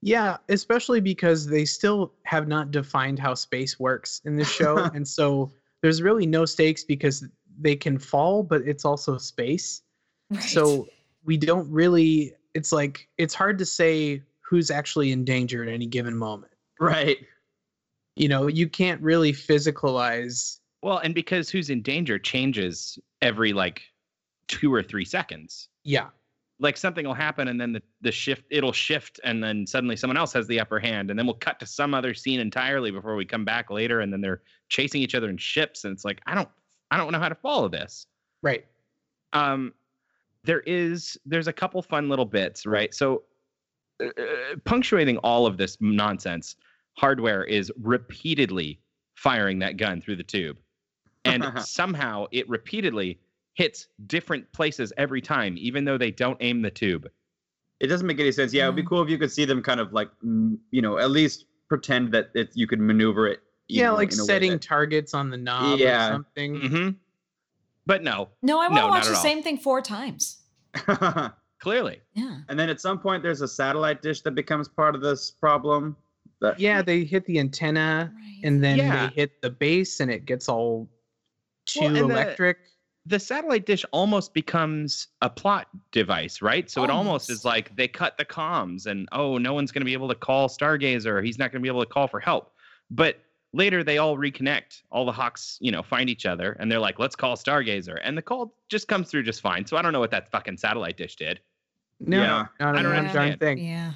Yeah, especially because they still have not defined how space works in this
*laughs*
show. and so there's really no stakes because they can fall, but it's also space.
*laughs* Right.
So we don't really, it's like, it's hard to say who's actually in danger at any given moment.
Right.
You know, you can't really physicalize.
Well, and because who's in danger changes every like two or three seconds.
Yeah.
Like something will happen and then the, the shift it'll shift and then suddenly someone else has the upper hand and then we'll cut to some other scene entirely before we come back later and then they're chasing each other in ships and it's like I don't I don't know how to follow this.
Right.
um there is there's a couple fun little bits right so uh, punctuating all of this nonsense hardware is repeatedly firing that gun through the tube and somehow it repeatedly hits different places every time even though they don't aim the tube
It doesn't make any sense. Yeah, it would be cool if you could see them kind of like, mm, you know, at least pretend that it, you could maneuver it. you
yeah,
know,
like
in a way
setting
that-
targets on the knob
Yeah. Mm-hmm.
or something.
hmm but no
no, I want to
No, not
watch
at
the
all.
same thing four times.
clearly
Yeah.
*laughs* and then at some point, there's a satellite dish that becomes part of this problem. That,
Yeah, they hit the antenna
Right.
and then
Yeah.
they hit the base and it gets all too
Well, and the-
electric.
the satellite dish almost becomes a plot device, right? So it almost
Almost.
is like they cut the comms and oh, no one's going to be able to call Stargazer. He's not going to be able to call for help. But later they all reconnect. All the Hawks, you know, find each other and they're like, let's call Stargazer. And the call just comes through just fine. So I don't know what that fucking satellite dish did.
No,
Yeah.
not
I
a one
don't
darn
understand.
thing.
Yeah.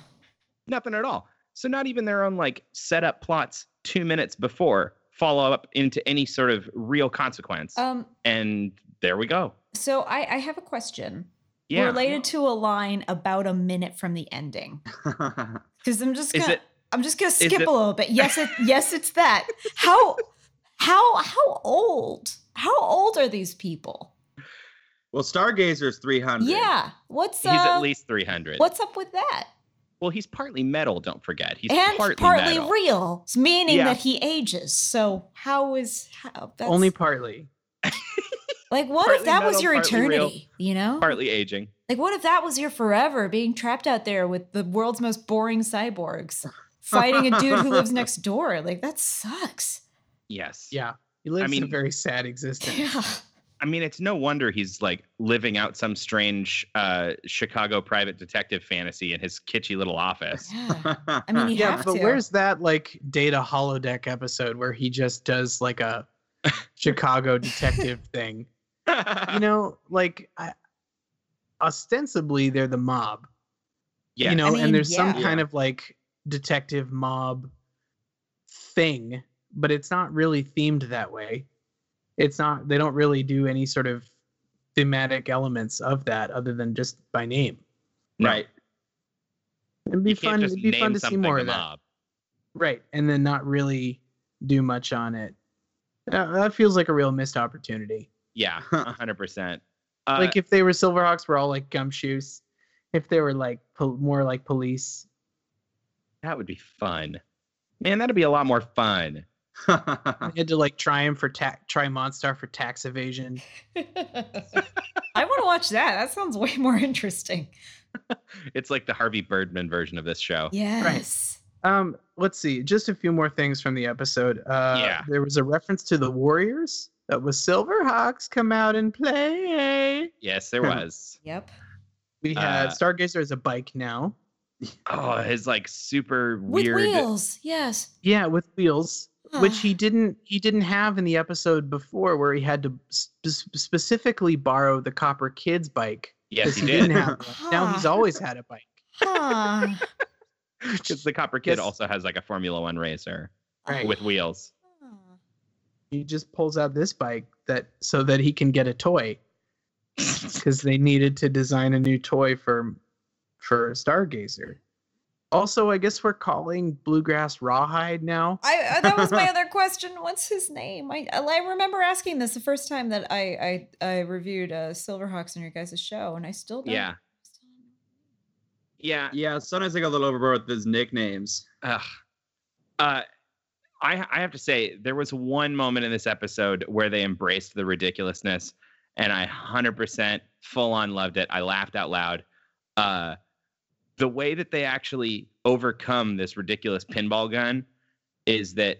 Nothing at all. So not even their own like setup plots two minutes before follow up into any sort of real consequence.
Um.
and there we go.
So I, I have a question
Yeah.
related to a line about a minute from the ending
*laughs*
because I'm just
Is
gonna
it-
I'm just gonna skip
it-
a little bit. Yes, it yes it's that. How how how old how old are these people?
well, Stargazer's 300. *laughs*
Yeah. What's
He's
uh,
at least 300.
what's up with that?
Well, he's partly metal, don't forget. He's
and
partly,
partly,
metal.
real, meaning
Yeah.
that he ages. So how is how that's
Only partly.
like what
partly
if that was
metal,
your
partly real.
eternity? You know,
partly aging.
like what if that was your forever, being trapped out there with the world's most boring cyborgs, fighting a dude who lives next door? Like that sucks.
Yes.
Yeah. He lives a
mean-
very sad
*laughs*
existence.
Yeah.
I mean, it's no wonder he's like living out some strange uh, Chicago private detective fantasy in his kitschy
*laughs*
little office.
yeah. I mean, you
yeah,
have
but
to.
where's that like data holodeck episode where he just does like
*laughs*
a Chicago detective thing?
*laughs*
You know, like I, ostensibly they're the mob.
yeah.
You know,
mean,
and there's some
yeah.
kind of like detective mob thing, but it's not really themed that way. It's not they don't really do any sort of thematic elements of that other than just by name.
No,
Right.
It'd be
You can't
fun.
just
It'd be fun
name
to see
something
more
a
of that,
mob.
right? And then not really do much on it. Uh, that feels like a real missed opportunity.
Yeah, 100%. Uh,
like if they were Silverhawks, we're all like gumshoes. If they were like pol- more like police,
that would be fun. Man, that'd be a lot more fun.
I had to like try him for ta- try Monstar for tax evasion.
*laughs* I want to watch that. That sounds way more interesting.
It's like the Harvey Birdman version of this show.
Yes.
Um, let's see, just a few more things from the episode. Uh,
Yeah.
there was a reference to the Warriors. That was Silverhawks come out and play.
Yes, there was.
Yep.
We had
Uh,
Stargazer as a bike now.
oh, his like super
With
weird.
wheels. Yes.
Yeah, with wheels.
Ah.
which he didn't he didn't have in the episode before where he had to sp- specifically borrow the copper kids bike
Yes,
'cause
he
didn't
did.
have one. now he's
Huh.
always had a bike
Huh.
*laughs* Because the Copper
Yes.
Kid also has like a Formula One racer
Right.
with wheels.
Ah.
he just pulls out this bike that so that he can get a toy because they needed to design a new toy for for stargazer also i guess we're calling bluegrass rawhide now
I, I that was my other question. What's his name? I I remember asking this the first time that I I, I reviewed uh, Silverhawks on your guys' show, and I still don't.
Yeah. Yeah.
*laughs* yeah, sometimes I go a little overboard with his nicknames.
Ugh. Uh, I I have to say there was one moment in this episode where they embraced the ridiculousness, and I hundred percent full on loved it. I laughed out loud. Uh, the way that they actually overcome this ridiculous pinball gun is that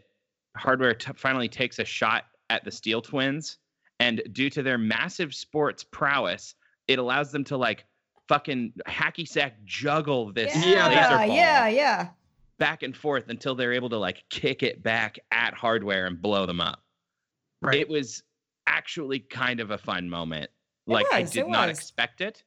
hardware t- finally takes a shot at the steel twins and due to their massive sports prowess it allows them to like fucking hacky sack juggle this
Yeah,
laser
yeah,
ball
yeah, yeah.
back and forth until they're able to like kick it back at hardware and blow them up
Right.
it was actually kind of a fun moment like i
was,
did
it
not
was.
expect it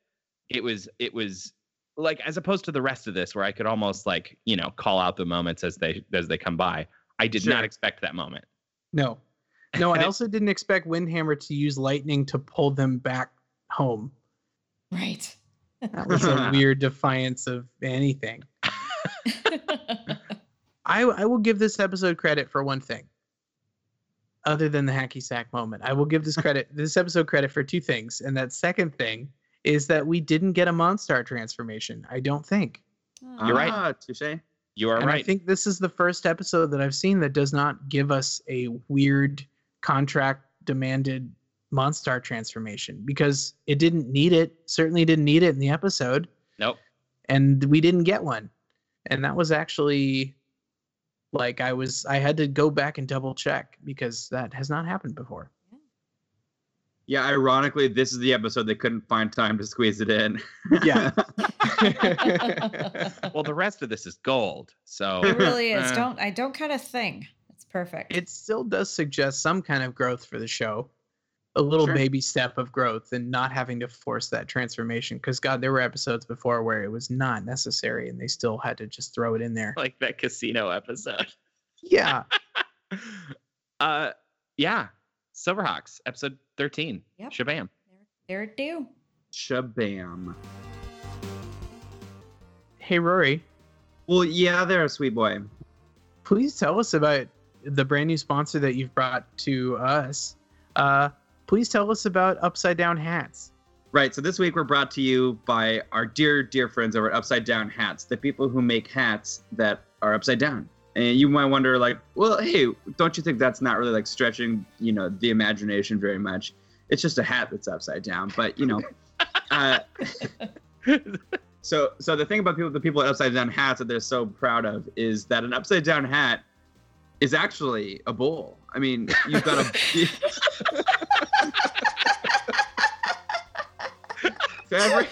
it was it was like as opposed to the rest of this where i could almost like you know call out the moments as they as they come by i did
Sure.
not expect that moment
No. No,
And
I
it-
also didn't expect Windhammer to use lightning to pull them back home.
Right.
That was a weird defiance of anything. I, I will give this episode credit for one thing. Other than the hacky sack moment, I will give this credit this episode credit for two things. And that second thing is that we didn't get a Monstar transformation, I don't think.
*laughs*
You're right.
Ah, touche.
you are
and
right
I think this is the first episode that I've seen that does not give us a weird contract demanded Monstar transformation because it didn't need it. Certainly didn't need it in the episode,
nope
and we didn't get one. And that was actually like I was I had to go back and double check because that has not happened before.
Yeah, ironically, this is the episode they couldn't find time to squeeze it in.
Yeah.
well the rest of this is gold so
*laughs* It really is.
Uh.
Don't I don't kind of thing. It's perfect.
It still does suggest some kind of growth for the show. A little
Sure.
baby step of growth and not having to force that transformation. Because, God, there were episodes before where it was not necessary and they still had to just throw it in there.
*laughs* like that casino episode *laughs*
Yeah.
uh yeah silverhawks episode 13
Yep.
shabam
there it do.
Shabam.
hey, Rory,
Well, yeah, there, sweet boy.
please tell us about the brand new sponsor that you've brought to us. Uh, please tell us about Upside Down Hats.
Right. So this week we're brought to you by our dear, dear friends over at Upside Down Hats, the people who make hats that are upside down. And you might wonder, like, well, hey, don't you think that's not really like stretching, you know, the imagination very much? It's just a hat that's upside down. But you know, uh, *laughs* so so the thing about people, the people at Upside Down Hats that they're so proud of is that an upside down hat is actually a bowl. I mean, you've got a. So every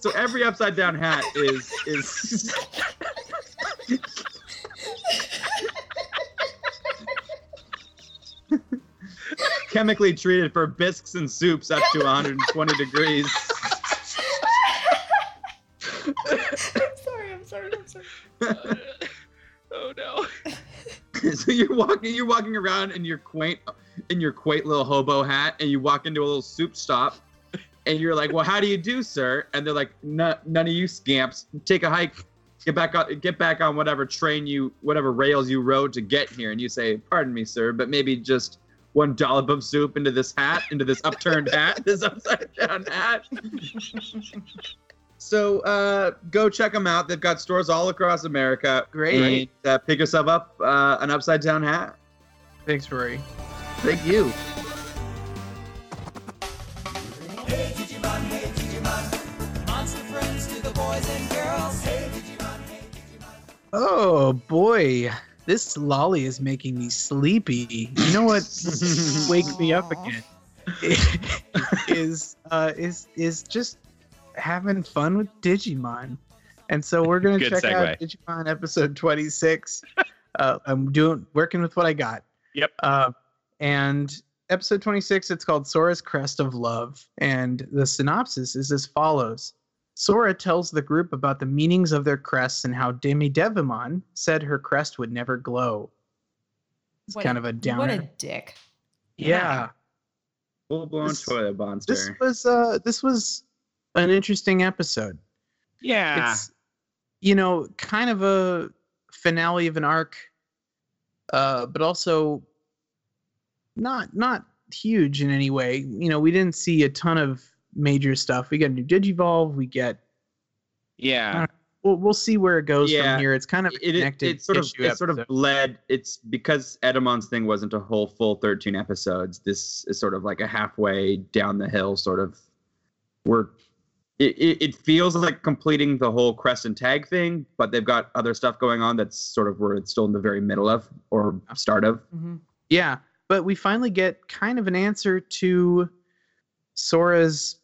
so every upside down hat is is chemically treated for bisques and soups up to 120 degrees.
*coughs*
*laughs*
sorry, I'm sorry, I'm sorry.
*laughs* oh no
so you're walking you're walking around in your quaint in your quaint little hobo hat and you walk into a little soup stop and you're like well how do you do sir and they're like "Nu- none of you scamps take a hike get back on get back on whatever train you whatever rails you rode to get here and you say pardon me sir but maybe just one dollop of soup into this hat into this upturned hat *laughs* this upside down hat so uh, go check them out they've got stores all across america
Great.
and, uh, pick yourself up uh, an upside down hat
Thanks, Rory.
thank you
Oh boy, this lolly is making me sleepy. You know what wakes me up again *laughs* is uh, is is just having fun with Digimon. And so we're gonna
Good
check out Digimon episode twenty six. Uh, I'm doing working with what I got.
Yep.
Uh, and episode twenty six, it's called Sora's Crest of Love, and the synopsis is as follows. Sora tells the group about the meanings of their crests and how Demi Devimon said her crest would never glow. It's
What
kind
a-
of a
What
downer.
a dick.
yeah.
full blown
This-
toilet monster
This was uh this was an interesting episode.
Ah.
yeah
It's you know, kind of a finale of an arc uh but also not not huge in any way. You know, we didn't see a ton of major stuff. We got a new Digivolve, we get
yeah
we'll, we'll see where it goes
Yeah.
from here. It's kind of a
it, it,
connected
it sort of
issue
it sort of
episode.
bled it's because Edamon's thing wasn't a whole full 13 episodes this is sort of like a halfway down the hill sort of we're it, it, it feels like completing the whole crest and tag thing, but they've got other stuff going on that's sort of where it's still in the very middle of or start of.
Yeah, but we finally get kind of an answer to Sora's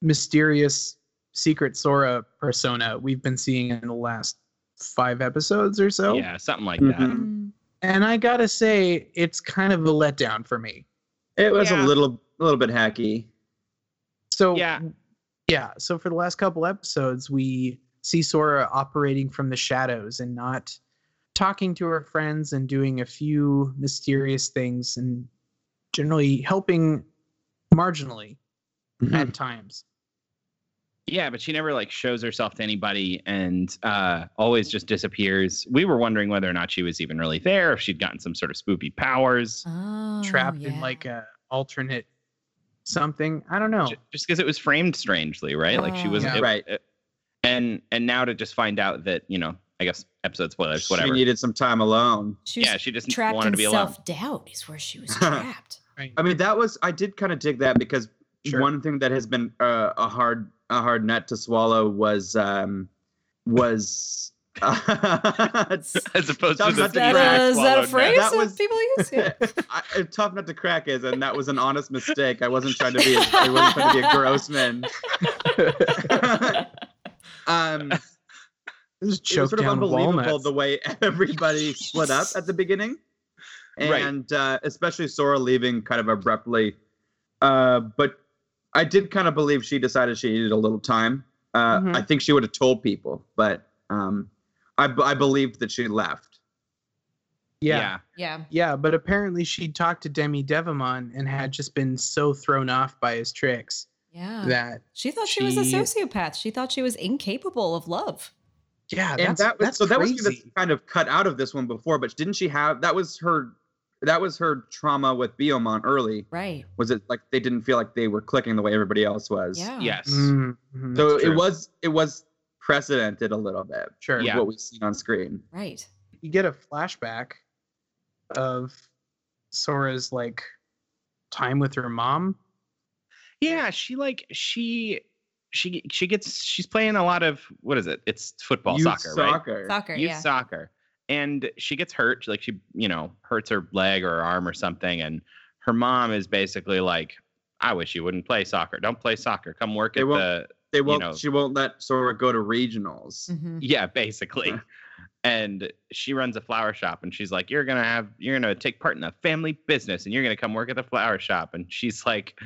mysterious secret Sora persona we've been seeing in the last five episodes or so.
Yeah, something like that.
Mhm.
And I gotta say, it's kind of a letdown for me.
It was
Yeah.
a little a little
*laughs*
bit hacky.
So
Yeah.
yeah. So for the last couple episodes, we see Sora operating from the shadows and not talking to her friends and doing a few mysterious things and generally helping marginally
Mm-hmm.
at times.
Yeah, but she never like shows herself to anybody and uh, always just disappears. We were wondering whether or not she was even really there, if she'd gotten some sort of spoopy powers,
Oh,
trapped in like a alternate something. I don't know.
ju- just because it was framed strangely, right? Like she
Oh.
wasn't
Yeah.
it-
Right.
it- and and now to just find out that you know, I guess episode spoilers, whatever.
She needed some time alone.
she was
yeah, she just
trapped
wanted
in
to be alone.
self doubt is where she was trapped.
Right.
I mean, that was I did kind of dig that because
Sure.
one thing that has been uh, a hard a hard nut to swallow was um was
*laughs* As opposed to
That was
the
not the
thing
crack.
I
is that a
swallowed
phrase
next.
That
that
was-
people
*laughs*
use? Yeah.
*laughs* I, a tough nut to crack is, and that was an honest mistake. I wasn't trying to be. A, I wasn't trying to be a gross man. *laughs* um,
Just
it was
choke
sort of
down
unbelievable
walnuts.
the way *laughs* everybody split up at the beginning,
Right.
and uh, especially Sora leaving kind of abruptly. Uh, but I did kind of believe she decided she needed a little time. Uh,
Mhm.
I think she would have told people, but um, I, b- I believed that she left.
yeah. yeah.
yeah.
Yeah.
but apparently she talked to Demi Devamon and had just been so thrown off by his tricks
Yeah.
that
she thought she, was a
she-
sociopath. She thought she was incapable of love.
yeah,
and
Uh, that's,
that was
that's
so that
crazy.
was that's kind of cut out of this one before but didn't she have that was her that was her trauma with biomon early
Right.
was it like they didn't feel like they were clicking the way everybody else was
Yeah.
Yes.
Mm, mhm,
so
that's
it
true.
was it was precedented a little bit
sure.
Yeah.
what we've seen on screen
Right.
You get a flashback of Sora's like time with her mom.
Yeah, she like she she she gets she's playing a lot of what is it? It's football,
Youth
soccer, right?
Soccer.
Youth
yeah.
soccer. And she gets hurt, like she, you know, hurts her leg or her arm or something and her mom is basically like I wish you wouldn't play soccer. Don't play soccer. Come work
They
at
won't-
the
they won't
know.
she won't let sora go to regionals
Mm-hmm.
Mhm.
*laughs* yeah, basically. and she runs a flower shop and she's like you're going to have you're going to take part in the family business and you're going to come work at the flower shop and she's like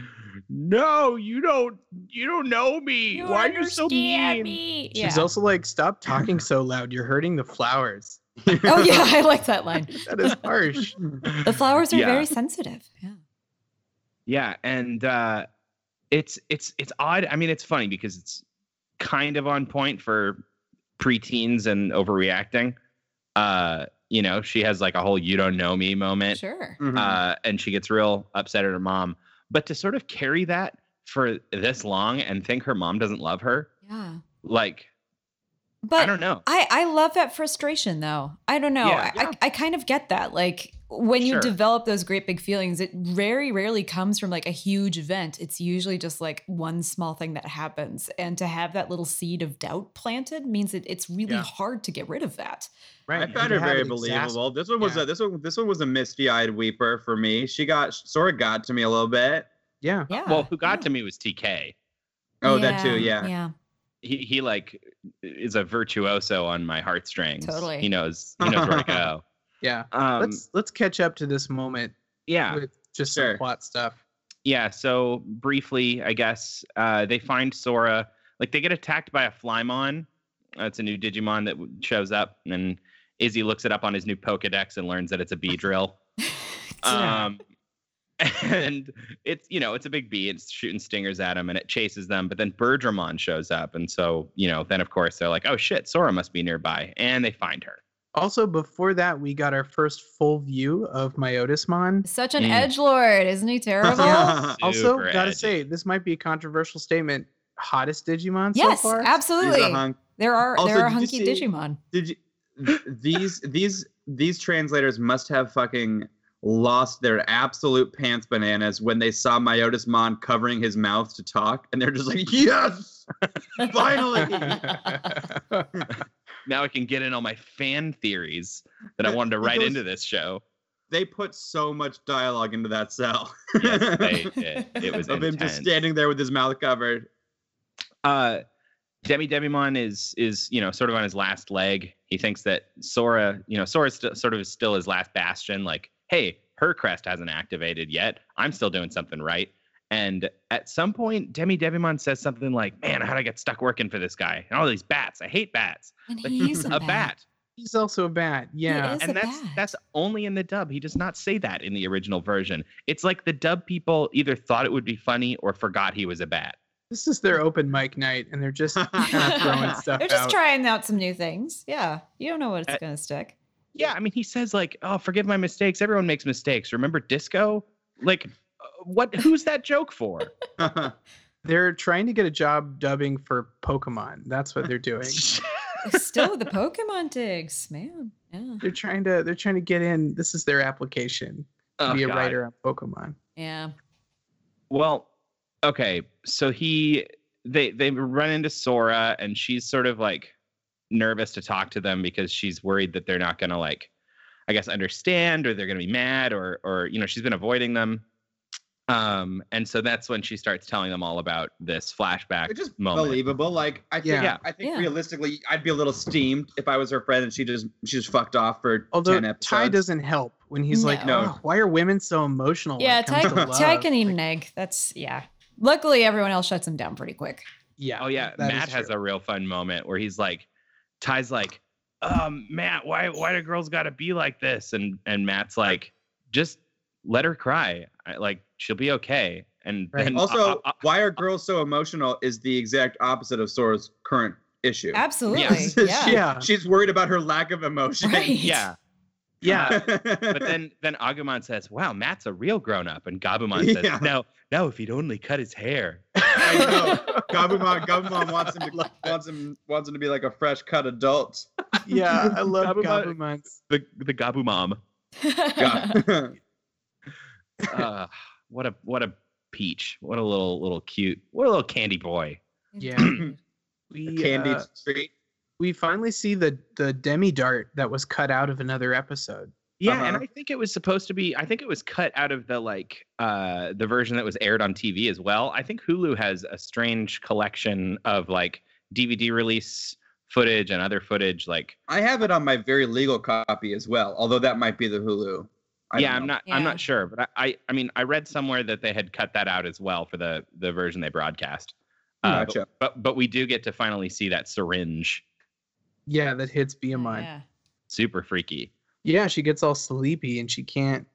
no, you don't you don't know me.
You
Why are you so
understand
mean?
me.
She's
Yeah.
also like, stop talking so loud. You're hurting the flowers.
oh
*laughs*
yeah, I like that line.
That is
*laughs*
harsh.
Mm-hmm.
The flowers are
Yeah.
very sensitive. Yeah.
Yeah, and uh, it's it's it's odd. I mean, it's funny because it's kind of on point for preteens and overreacting. Uh, you know, she has like a whole "you don't know me" moment,
Sure.
Mhm.
uh, and she gets real upset at her mom. But to sort of carry that for this long and think her mom doesn't love her,
Yeah.
like
But
I don't know.
I, I love that frustration though. I don't know.
Yeah.
I, I, I kind of get that. Like when you
Sure.
develop those great big feelings, it very rarely comes from like a huge event. It's usually just like one small thing that happens. And to have that little seed of doubt planted means that it's really
Yeah.
hard to get rid of that.
Right.
I found
you
her
have
very
an exas-
believable. This one was
yeah.
a this one this one was a misty eyed weeper for me. She got Sora got to me a little bit.
Yeah.
Yeah.
well, who got to me was TK.
Oh, that too, yeah.
Yeah.
He he like is a virtuoso on my heartstrings.
Totally.
He knows he knows where to go.
Yeah.
*laughs* Um,
let's let's catch up to this moment
yeah.
with just
Sure.
some plot stuff.
yeah so briefly i guess uh, they find sora like they get attacked by a flymon that's a new digimon that w- shows up and izzy looks it up on his new pokédex and learns that it's a bee drill um, *laughs* and it's you know it's a big bee it's shooting stingers at him and it chases them but then bergramon shows up and so you know then of course they're like oh shit sora must be nearby and they find her
Also, before that, we got our first full view of Myotismon.
Such an
Mm.
edge lord, isn't
*laughs*
he
*laughs*
terrible?
Uh,
Also,
Super
gotta
edgy.
say, this might be a controversial statement. Hottest Digimon
yes,
so far?
She's a
absolutely.
hunk.
There are
Also,
there are
did you
hunky
see-
Digimon.
Did you th- these these these translators must have fucking lost their absolute pants bananas when they saw Myotis Mon covering his mouth to talk and they're just like, Yes!
*laughs*
Finally.
*laughs*
now I can get in all my fan theories that I wanted to write
Those-
into this show.
they put so much dialogue into that cell.
Yes, they
*laughs*
did. It was
of him
intense.
just standing there with his mouth covered.
uh Demi Debimon is is you know sort of on his last leg. He thinks that Sora, you know, Sora st- sort of still his last bastion. Like, hey, her crest hasn't activated yet. I'm still doing something right. And at some point, Demi Debimon says something like, "Man, how'd I get stuck working for this guy and all these bats? I
*laughs*
hate bats.
And
Like,
he's a, bat.
He's also a bat.
is.
Yeah.
It's a
and that's
bat.
that's only in the dub. He does not say that in the original version. It's like the dub people either thought it would be funny or forgot he was a bat.
This is their open mic night, and
*laughs*
they're just kind of throwing stuff
They're just
out.
trying out some new things. Yeah. You don't know what it's
Uh,
going to stick.
Yeah, I mean, he says like, "Oh, forgive my mistakes. Everyone makes mistakes. Remember disco? Like, uh, what? Who's that joke *laughs* for?
they're trying to get a job dubbing for Pokemon. That's
*laughs*
what they're doing.
Still the Pokemon digs, man. Yeah.
they're trying to they're trying to get in. This is their application to
Oh,
be a
God.
writer on Pokemon.
Yeah.
Well, okay. So he they they run into Sora, and she's sort of like nervous to talk to them because she's worried that they're not gonna like, I guess, understand, or they're gonna be mad, or or you know, she's been avoiding them. Um, and so that's when she starts telling them all about this flashback
Which is
moment.
believable. Like I think,
Yeah.
I think
Yeah.
realistically, I'd be a little steamed if I was her friend and she just she just fucked off for
Although
ten episodes.
Ty doesn't help when he's like,
No.
"Oh, why are women so emotional?" when
Yeah.
Oh, it comes
Ty,
to
Ty
love?"
can eat an egg. That's, yeah. Luckily, everyone else shuts him down pretty quick.
Yeah.
Oh yeah,
that is
Matt has
true.
a real fun moment where he's like, Ty's like, um, Matt, why why do girls gotta be like this? And and Matt's like, just let her cry. I, like she'll be okay. And
Right.
then
Also,
uh,
*laughs*
uh, uh,
why are girls so emotional is the exact opposite of Sora's current issue.
Absolutely.
Yes.
Yeah.
She-
Yeah.
She's worried about her lack of emotion.
Right.
*laughs*
yeah.
*laughs*
yeah.
But then then Agumon says, Wow, Matt's a real grown up. And Gabumon says,
Yeah.
No, no, if he'd only cut his hair.
I know.
*laughs*
Gabumon, Gabumon wants him to wants him wants him to be like a fresh cut adult.
*laughs*
yeah,
*laughs*
I love
Gabumon-
Gabumon's.
*clears throat* The
*laughs*
the Gabumom.
*laughs*
God.
Uh, what a what a peach. What a little little cute, what a little candy boy.
Yeah. We
*laughs* Candy
uh,
treat.
we finally see the the demi dart that was cut out of another episode.
Yeah, and
Uh-huh.
I think it was supposed to be. I think it was cut out of the like uh the version that was aired on TV as well. I think Hulu has a strange collection of like DVD release footage and other footage. Like,
I have it on my very legal copy as well, although that might be the Hulu. I
yeah,
don't
I'm
know.
not. I'm
Yeah.
not sure, but I, I. I mean, I read somewhere that they had cut that out as well for the the version they broadcast. Uh, but-
Gotcha.
but, but we do get to finally see that syringe.
Yeah, that hits BMI. yeah.
Yeah.
Super freaky.
she gets all sleepy and she can't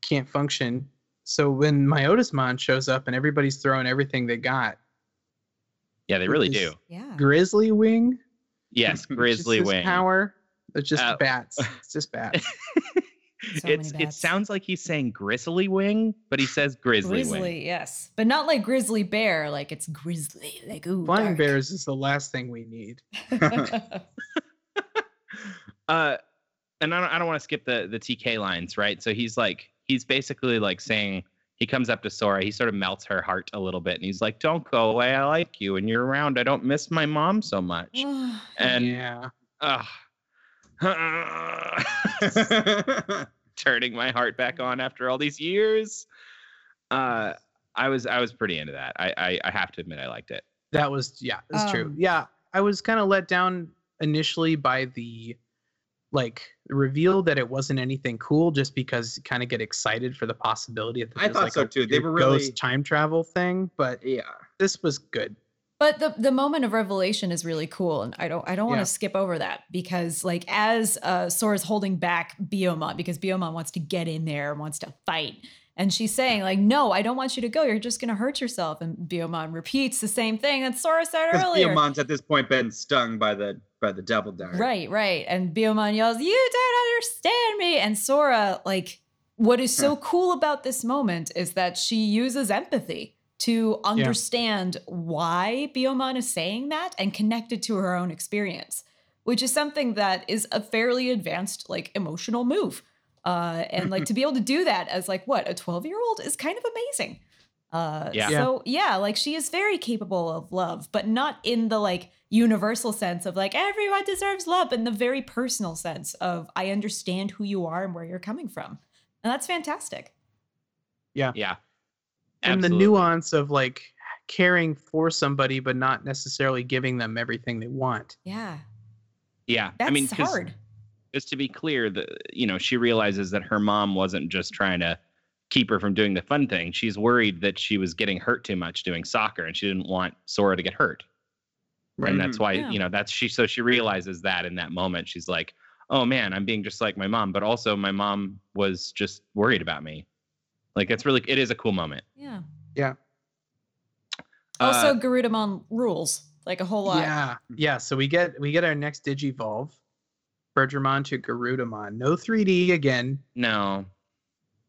can't function. So when Myotismon shows up and everybody's throwing everything they got,
Yeah, they really
Which
do.
is-
Yeah.
Grizzly Wing,
*laughs*
Yes,
Which is
which is
grizzly
his
wing.
power. It's just
Uh,
bats. It's just bats.
*laughs*
*laughs* So many
it's it
bats.
sounds like he's saying grizzly wing, but he says grizzly,
Grizzly,
wing.
yes, but not like grizzly bear. Like it's grizzly, like ooh,
Flying
dark.
bears is the last thing we need.
*laughs* *sighs*
Uh, and I don't, I don't want to skip the the TK lines, right? So he's like, he's basically like saying he comes up to Sora, he sort of melts her heart a little bit, and he's like, "Don't go away, I like you, and you're around. I don't miss my mom so much."
Mm. *sighs*
And
yeah,
ugh. *laughs* *laughs* turning my heart back on after all these years. Uh, I was I was pretty into that. I I, I have to admit, I liked it.
that was yeah, that's true.
Um,
Yeah, I was kind of let down initially by the like reveal that it wasn't anything cool, just because you kind of get excited for the possibility of.
I thought
like
so,
a
too. They
weird
were really-
ghost time travel thing, but
*laughs* yeah.
this was good.
But the the moment of revelation is really cool, and I don't I don't want
Yeah.
to skip over that because like as uh, Sora's holding back Biomon because Biomon wants to get in there and wants to fight, and she's saying like, "No, I don't want you to go. You're just gonna hurt yourself." And Biomon repeats the same thing that Sora said
Because
earlier.
Diamond's at this point been stung by the by the devil dart. *laughs*
Right, right. And Bioman yells, You don't understand me. And Sora, like, what is so cool about this moment is that she uses empathy to understand why Bioman is saying that and connect it to her own experience, which is something that is a fairly advanced, like, emotional move. Uh, and like to be able to do that as like what a 12 year old is kind of amazing Uh,
Yeah.
Yeah.
So yeah, like she is very capable of love, but not in the like universal sense of like everyone deserves love, in the very personal sense of I understand who you are and where you're coming from, and that's fantastic.
Yeah.
and the
Absolutely.
nuance of like caring for somebody but not necessarily giving them everything they want
Yeah,
Yeah.
that's
I mean, 'cause-
hard.
just to be clear, the, you know, she realizes that her mom wasn't just trying to keep her from doing the fun thing. She's worried that she was getting hurt too much doing soccer and she didn't want Sora to get hurt.
Right.
And that's why,
Yeah.
you know, that's she so she realizes that in that moment. She's like, "Oh man, I'm being just like my mom, but also my mom was just worried about me." Like that's really it is a cool moment.
Yeah.
Yeah.
Also,
Uh,
Garudamon rules like a whole lot.
yeah yeah so we get we get our next digivolve bergermon to garudamon no 3d again
no.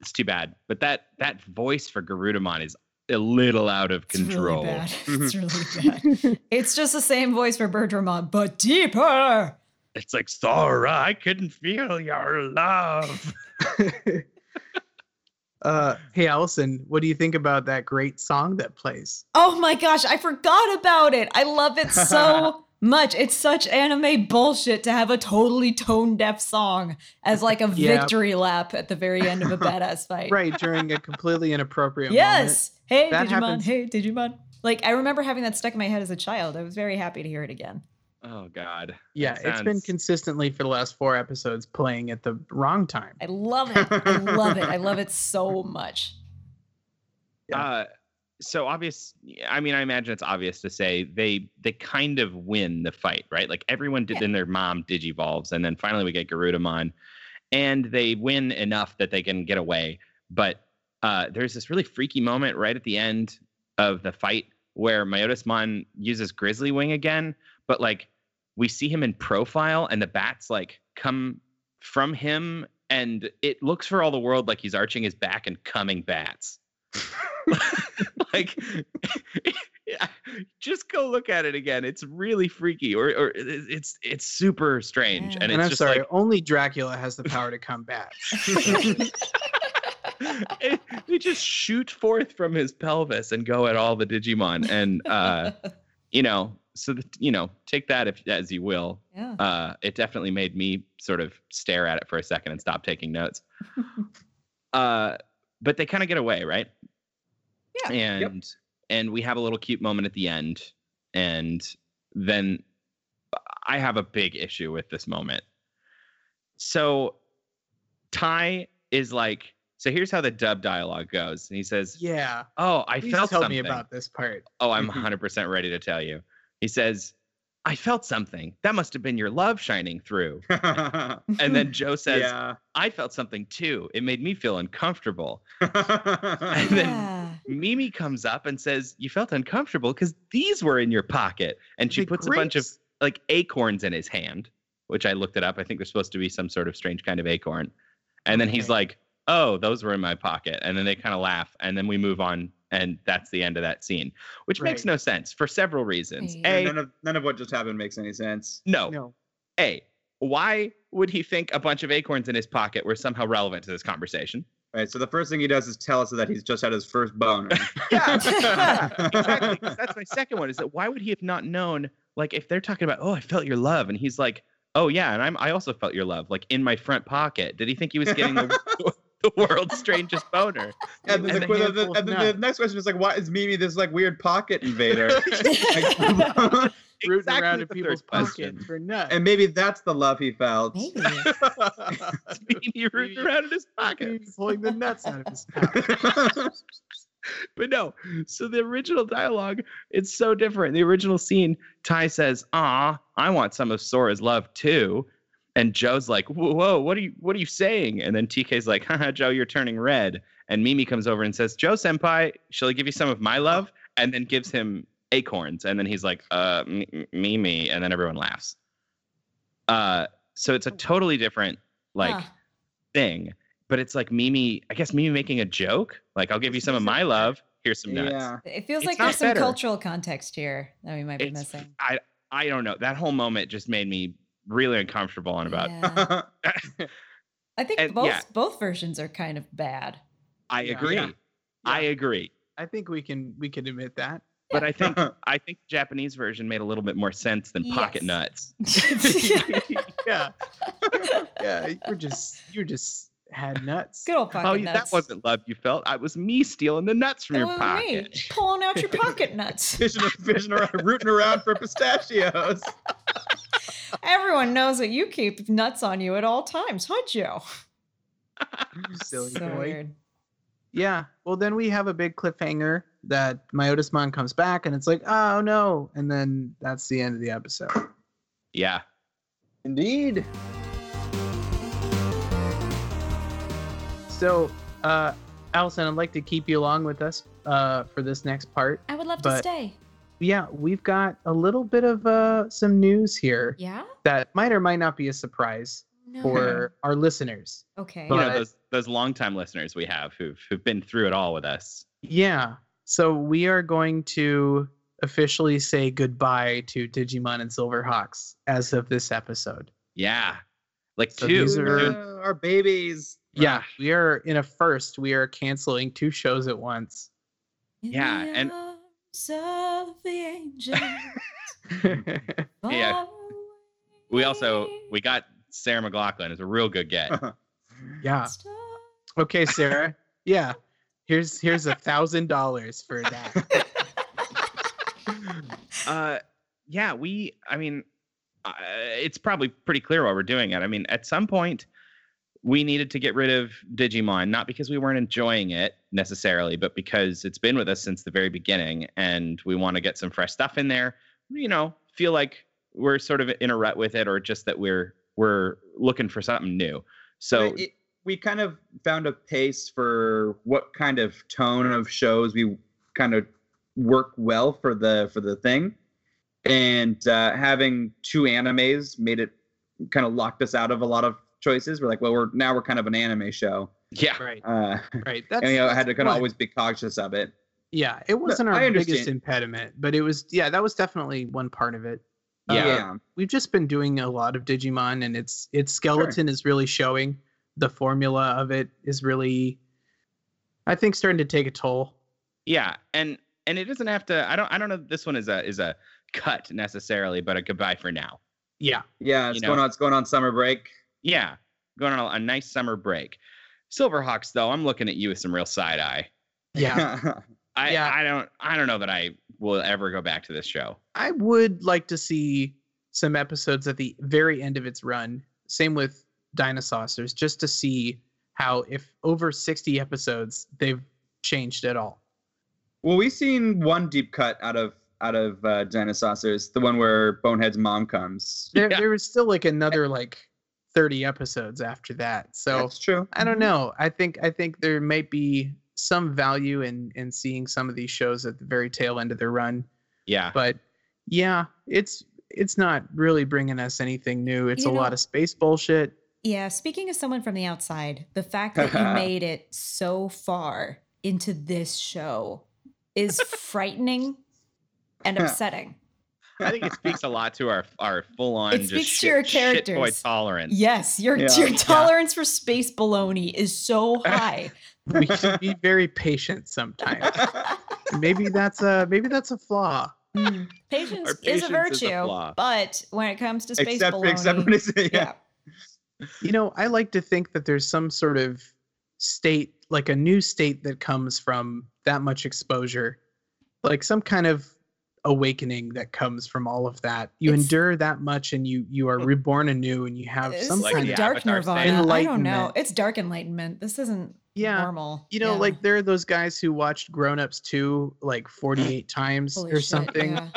It's too bad. But that that voice for Garudamon is a little out of control.
It's really bad. *laughs* It's really *laughs* bad. it's just the same voice for Bertramont, but deeper.
It's like, Sora, I couldn't feel your love.
uh hey allison what do you think about that great song that plays
Oh my gosh, I forgot about it. I love it
*laughs*
so much. It's such anime bullshit to have a totally tone deaf song as like a
Yeah.
victory lap at the very end
*laughs*
of a badass fight.
right during a completely inappropriate moment.
*laughs* Yes. Hey,
That
Digimon.
happens.
Hey, Digimon. Like, I remember having that stuck in my head as a child. I was very happy to hear it again.
Oh God.
yeah
That
it's been
sounds-
consistently for the last four episodes playing at the wrong time
I love it. I love
*laughs*
it. I love it so much.
yeah.
Uh, so obvious. I mean, I imagine it's obvious to say they they kind of win the fight, right? Like everyone did.
Yeah.
Then their mom digivolves, and then finally we get Garudamon, and they win enough that they can get away. But uh, there's this really freaky moment right at the end of the fight where Myotismon uses Grizzly Wing again, but like we see him in profile, and the bats like come from him, and it looks for all the world like he's arching his back and coming bats. *laughs* like *laughs* yeah, just go look at it again it's really freaky or, or it- it's it's super strange
Yeah.
and it's
and i'm
just
sorry
like
only dracula has the power to come
*laughs*
back
it, they just shoot forth from his pelvis and go at all the digimon and uh you know so that you know take that if as you will
*laughs* yeah.
uh, it definitely made me sort of stare at it for a second and stop
*laughs*
taking notes. uh, but they kind of get away, right?
Yeah.
And and we have a little cute moment at the end, and then I have a big issue with this moment. So Ty is like, so here's how the dub dialogue goes. And he says,
yeah
"Oh, I
please tell
felt something."
me about this part
Oh, I'm
Mm-hmm.
100% ready to tell you. He says, I felt something. That must have been your love shining through. And
*laughs*
*laughs*
then Joe says,
yeah. *laughs*
I felt something too. It made me feel uncomfortable.
and
And then Mimi comes up and says, You felt uncomfortable because these were in your pocket. And she
The
puts a bunch of
grapes.
like acorns in his hand, which I looked it up. I think they're supposed to be some sort of strange kind of acorn. And then he's
Okay.
like, Oh, those were in my pocket. And then they kind of laugh. And then we move on. And that's the end of that scene, which makes
Right.
no sense for several reasons.
Yeah.
A,
none of none of what just happened makes any sense.
no. *laughs*
no
A, why would he think a bunch of acorns in his pocket were somehow relevant to this conversation?
Right. So the first thing he does is tell us that he's just had his first
*laughs*
boner.
*laughs* exactly. 'cause That's my second one. Is that why would he have not known? Like, if they're talking about, oh, I felt your love, and he's like, oh yeah, and I'm, I also felt your love, like in my front pocket. Did he think he was getting the, *laughs* the world's strangest boner?
*laughs* And, then
And
the,
a
que- the-
handful of
and then the
nuts.
next question is like, why is Mimi this like weird pocket invader? *laughs* Like,
*laughs* rooting
Exactly
around in
the
people's
third question.
pockets for nuts
and maybe that's the love he felt.
Maybe.
*laughs*
*laughs* *laughs* He rooting around in his pocket.
He's *laughs* pulling the nuts out of his pocket.
*laughs*
*laughs* But no, so the original dialogue, it's so different. The original scene, Ty says, "Ah, I want some of Sora's love too," and Joe's like, "Whoa, whoa, what are you, what are you saying?" And then TK's like, "Haha, Joe, you're turning red." And Mimi comes over and says, "Joe senpai, shall I give you some of my love?" And then gives him acorns, and then he's like, "Uh, M- M- Mimi," and then everyone laughs. Uh, so it's a totally different like
Huh.
thing. But it's like Mimi, I guess Mimi making a joke. Like, I'll give you some of my love. Here's some nuts.
yeah.
It feels
It's
like
not
there's some
better.
cultural context here that we might be
It's-
missing.
I I don't know. That whole moment just made me really uncomfortable on about.
Yeah. I think
And-
both
yeah.
*laughs*
*laughs*
both versions are kind of bad.
I
Yeah.
agree.
Yeah.
I agree.
I think we can we can admit
*laughs*
that.
But
*laughs*
I think I think the Japanese version made a little bit more sense than Pocket
Yes.
Nuts.
*laughs* yeah. yeah, you were just you were just had nuts.
Good old pocket
oh,
nuts. Oh,
that wasn't love you felt. I was me stealing the nuts from
That
your
was
pocket.
me pulling out your
*laughs*
pocket nuts.
*laughs* Fishing, fishing around, rooting around for pistachios.
Everyone knows that you keep nuts on you at all times, huh, Joe? *sighs*
You silly
so
boy.
weird.
Yeah. Well, then we have a big cliffhanger that Myotis Mon comes back and it's like, oh no. And then that's the end of the episode.
Yeah.
Indeed.
So, uh, Allison, I'd like to keep you along with us uh, for this next part.
I would love to
But-
stay.
Yeah, we've got a little bit of uh, some news here
Yeah?
that might or might not be
*laughs*
a surprise
No.
for our listeners.
okay.
You know
But-
those those longtime listeners we have who've who've been through it all with us.
Yeah. So we are going to officially say goodbye to Digimon and Silverhawks as of this episode.
Yeah. Like
So
two.
these are-
Two-
Uh, our babies.
Yeah, Um, we are in a first. We are canceling two shows at once.
In
yeah,
the
and-
arms of the angel.
*laughs*
Yeah.
far
We also
away,
we got Sarah McLaughlin is a real good get.
yeah.
star-
Okay, Sarah. yeah. Here's here's a thousand dollars for that.
uh yeah we i mean uh, it's probably pretty clear why we're doing it i mean at some point we needed to get rid of digimon not because we weren't enjoying it necessarily but because it's been with us since the very beginning and we want to get some fresh stuff in there you know feel like we're sort of in a rut with it or just that we're we're looking for something new so
It- we kind of found a pace for what kind of tone of shows we kind of work well for the for the thing, and uh, having two animes made it kind of locked us out of a lot of choices. We're like, well, we're now we're kind of an anime show,
yeah
*laughs* right.
uh, *laughs*
Right. That's
and you know, I
that's
had to kind of
one.
always be cautious of it.
Yeah, it wasn't
I
our
understand.
biggest impediment, but it was yeah, that was definitely one part of it. Uh,
Yeah.
Um,
we've just been doing a lot of Digimon, and its its skeleton is really showing. The formula of it is really, I think, starting to take a toll.
Yeah, and and it doesn't have to. I don't. I don't know. If this one is a is a cut necessarily, but a goodbye for now.
Yeah,
yeah,
You
it's
know.
going on. It's going on summer break.
Yeah, going on a, a nice summer break. Silverhawks, though, I'm looking at you with some real side eye.
yeah.
I
Yeah.
I don't I don't know that I will ever go back to this show.
I would like to see some episodes at the very end of its run. Same with Dinosaurs, just to see how if over sixty episodes they've changed at all.
*laughs* Well, we've seen one deep cut out of out of uh, Dinosaurs, the one where Bonehead's mom comes.
There,
Yeah.
there was still like another like thirty episodes after that. So
That's true.
I
Mm-hmm.
don't know. I think I think there might be some value in in seeing some of these shows at the very tail end of their run.
Yeah,
But yeah, it's it's not really bringing us anything new. It's
You
a
know-
lot of space bullshit.
Yeah, speaking as someone from the outside, the fact that you made it so far into this show is frightening and upsetting.
I think it speaks a lot to our our full on.
It speaks to your
boy
characters.
tolerance.
Yes, your
Yeah.
your
Yeah.
tolerance for space baloney is so high.
We should be very
*laughs*
patient sometimes. Maybe that's a maybe that's a flaw.
Mm.
Our
Patience, is
patience
a
is a
virtue,
flaw.
but when it comes to space
except
baloney,
except when it's *laughs* yeah.
yeah.
You know, I like to think that there's some sort of state, like a new state that comes from that much exposure, like some kind of awakening that comes from all of that. You
It's-
endure that much and you you are reborn anew and you have
This
some
is
like
like
kind
the
of
dark
Avatar
nirvana.
state.
I don't know.
Enlightenment.
It's dark enlightenment. This isn't
Yeah.
normal.
you know,
Yeah.
like there are those guys who watched Grown Ups 2 like 48 times
Holy
or
shit,
something.
yeah.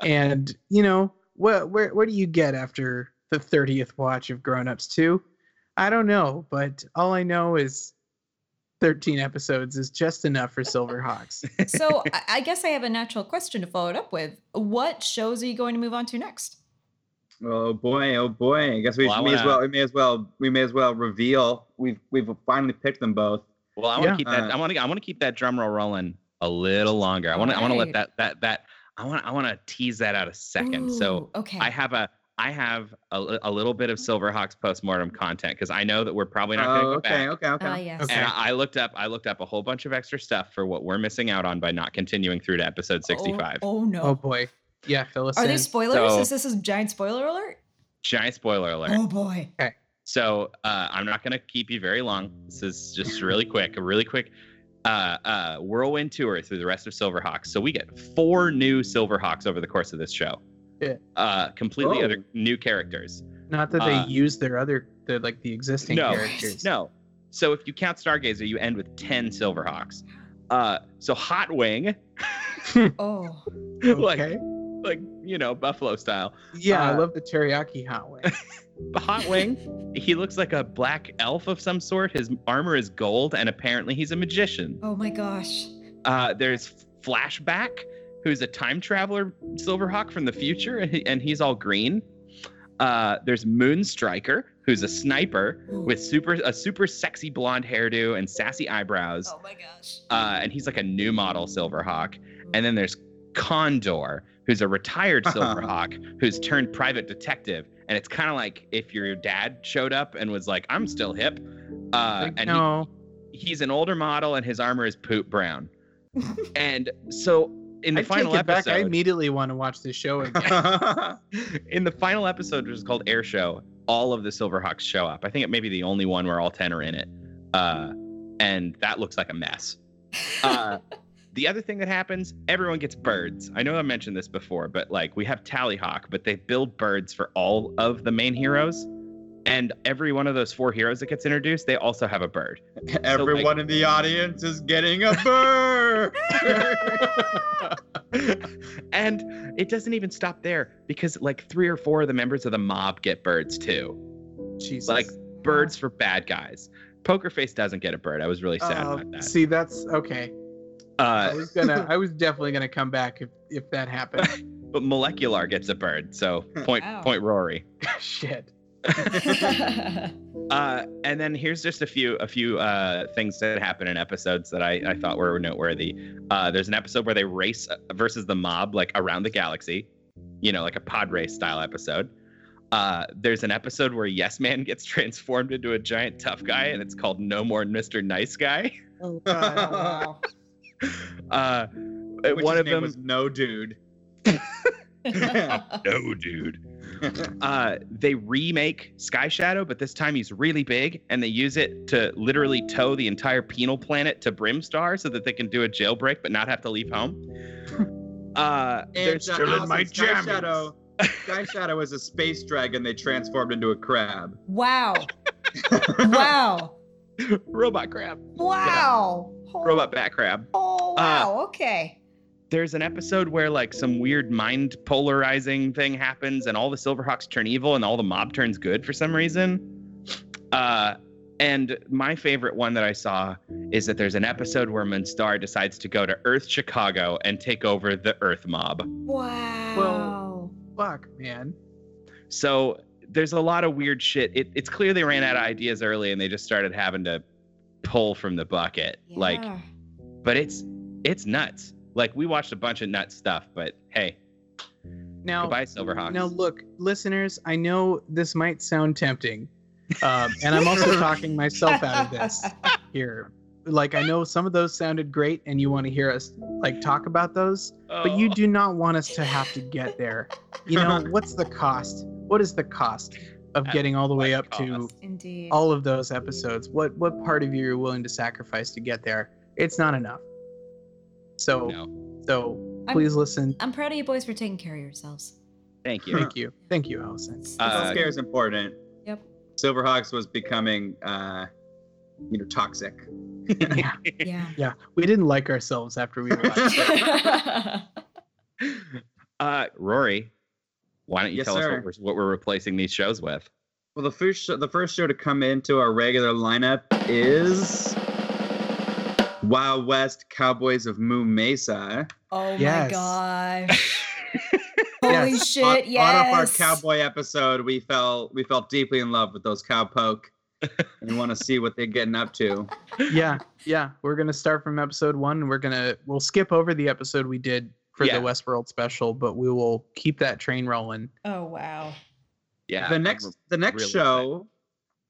And you know, what where where do you get after the 30th watch of Grown Ups 2? I don't know, but all I know is 13 episodes is just enough for Silverhawks.
so I- I guess I have a natural question to follow it up with. What shows are you going to move on to next?
Oh boy, oh boy. I guess we
Well, I
may as
wanna-
well we may as well we may as well reveal we've we've finally picked them both.
Well, I want to
Yeah.
keep that.
Uh,
I want to. I want to keep that drum roll rolling a little longer. I want to. I want to let
Alright.
that that that that. I want. I want to tease that out a second. So
Ooh, okay.
I have a I have a, li- a little bit of Silverhawks postmortem content because I know that we're probably not going to
Oh,
go back.
okay, okay, okay.
Ah, yes.
Okay.
And I I looked up, I looked up a whole bunch of extra stuff for what we're missing out on by not continuing through to episode
Oh-
sixty-five.
Oh, no.
Oh boy. Yeah, fill us
Are
in.
there spoilers?
So-
Is this a giant spoiler alert?
Giant spoiler alert.
Oh boy.
So uh, I'm not going to keep you very long. This is just really quick, a really quick uh, uh, whirlwind tour through the rest of Silverhawks. So we get four new Silverhawks over the course of this show.
Yeah.
Uh, completely
Oh.
other new characters.
Not that they
Uh,
use their other, their like the existing
No.
characters.
*laughs* No. So if you count Stargazer, you end with 10 Silverhawks. Uh, so Hot Wing, *laughs*
Oh.
like,
Okay.
like, you know, Buffalo style.
yeah, I
uh,
love the teriyaki hot wing.
But Hot Wing, *laughs* he looks like a black elf of some sort. His armor is gold, and apparently he's a magician.
Oh my gosh.
*laughs* Uh, there's Flashback, who's a time traveler Silverhawk from the future, and, he, and he's all green. Uh, there's Moonstriker, who's a sniper
Ooh.
with super a super sexy blonde hairdo and sassy eyebrows,
Oh my gosh. *laughs*
uh, and he's like a new model Silverhawk. And then there's Condor, who's
*laughs*
a retired Silverhawk who's turned private detective. And it's kind of like if your dad showed up and was like, "I'm still hip," uh,
Like,
and he,
no.
he's an older model and his armor is poop
*laughs*
brown. and so in the
I
final
take it back. I
episode,
immediately want to watch this show again.
in the final episode, which is called Air Show, all of the Silverhawks show up. I think it may be the only one where all ten are in it, uh, and that looks like a mess. Uh, the other thing that happens, everyone gets birds. I know I mentioned this before, but like we have Tallyhawk, but they build birds for all of the main heroes. And every one of those four heroes that gets introduced, they also have a bird.
*laughs*
*laughs*
Everyone in the audience is getting a *laughs* bird.
and it doesn't even stop there because like three or four of the members of the mob get birds too.
Jesus.
*laughs* Like birds for bad guys. Poker Face doesn't get a bird. I was really sad
Oh,
about that.
See, that's okay. I
Uh,
was
*laughs*
gonna, I was definitely gonna come back if if that happened. *laughs*
but Molecular gets a bird, so point
Wow.
point Rory.
Shit.
Uh, and then here's just a few a few uh, things that happen in episodes that I, I thought were noteworthy. Uh, there's an episode where they race versus the mob like around the galaxy, you know, like a pod race style episode. Uh, there's an episode where Yes Man *laughs* gets transformed into a giant tough guy, and it's called No More Mr. Nice Guy. *laughs*
oh, God, oh,
*laughs*
wow.
Uh,
Which
one
his
of
name
them
was no dude.
no dude uh they remake sky shadow but this time he's really big and they use it to literally tow the entire penal planet to brimstar so that they can do a jailbreak but not have to leave
*laughs*
home uh
And,
there's
uh,
still in
also
my
Sky
jammies.
*laughs*
Shadow. Sky Shadow is a space dragon they transformed into a crab.
Wow. wow.
robot crab
Wow. Oh,
robot bat crab
Oh,
Ah.
wow. okay.
there's an episode where like some weird mind polarizing thing happens and all the silverhawks turn evil and all the mob turns good for some reason uh and my favorite one that I saw is that there's an episode where Monstar decides to go to Earth Chicago and take over the Earth Mob.
Wow.
Fuck, man.
So there's a lot of weird shit. It, it's clear they ran out of ideas early and they just started having to pull from the bucket. Like,
Yeah.
but it's it's nuts. Like we watched a bunch of nuts stuff, but hey,
Now,
goodbye Silverhawks.
now look, listeners. I know this might sound tempting, um, and I'm also talking myself out of
*laughs*
this here. Like, I know some of those sounded great, and you want to hear us like talk about those, but
Oh.
you do not want us to have to get there. You
*laughs*
know, what's the cost? What is the cost of
At
getting all the way
what
up to
cost?
Indeed.
all of those episodes? What what part of you you're willing to sacrifice to get there? It's not enough. So
No,
so
I'm-
please listen.
I'm proud of you boys for taking care of yourselves.
thank you.
*laughs*
Thank you, thank you, Allison.
It's-
Uh,
Self care is important.
*laughs*
Yep.
Silverhawks was becoming, uh, you know, toxic.
*laughs*
yeah.
Yeah, we didn't like ourselves after we watched. it.
uh, Rory, why don't you
Yes,
tell
sir.
us what we're, what we're replacing these shows with?
Well, the first show, the first show to come into our regular lineup is Wild West Cowboys of Moo Mesa.
oh,
Yes.
my gosh.
*laughs*
Holy
Yes.
shit.
on,
yes.
on up our cowboy episode, we fell we felt deeply in love with those
*laughs*
cowpoke, and want to see what they're getting up to.
Yeah, yeah, we're gonna start from episode one. and We're gonna we'll skip over the episode we did for
Yeah.
the Westworld special, but we will keep that train rolling.
Oh, wow.
Yeah.
the
I'm
next the next
really
show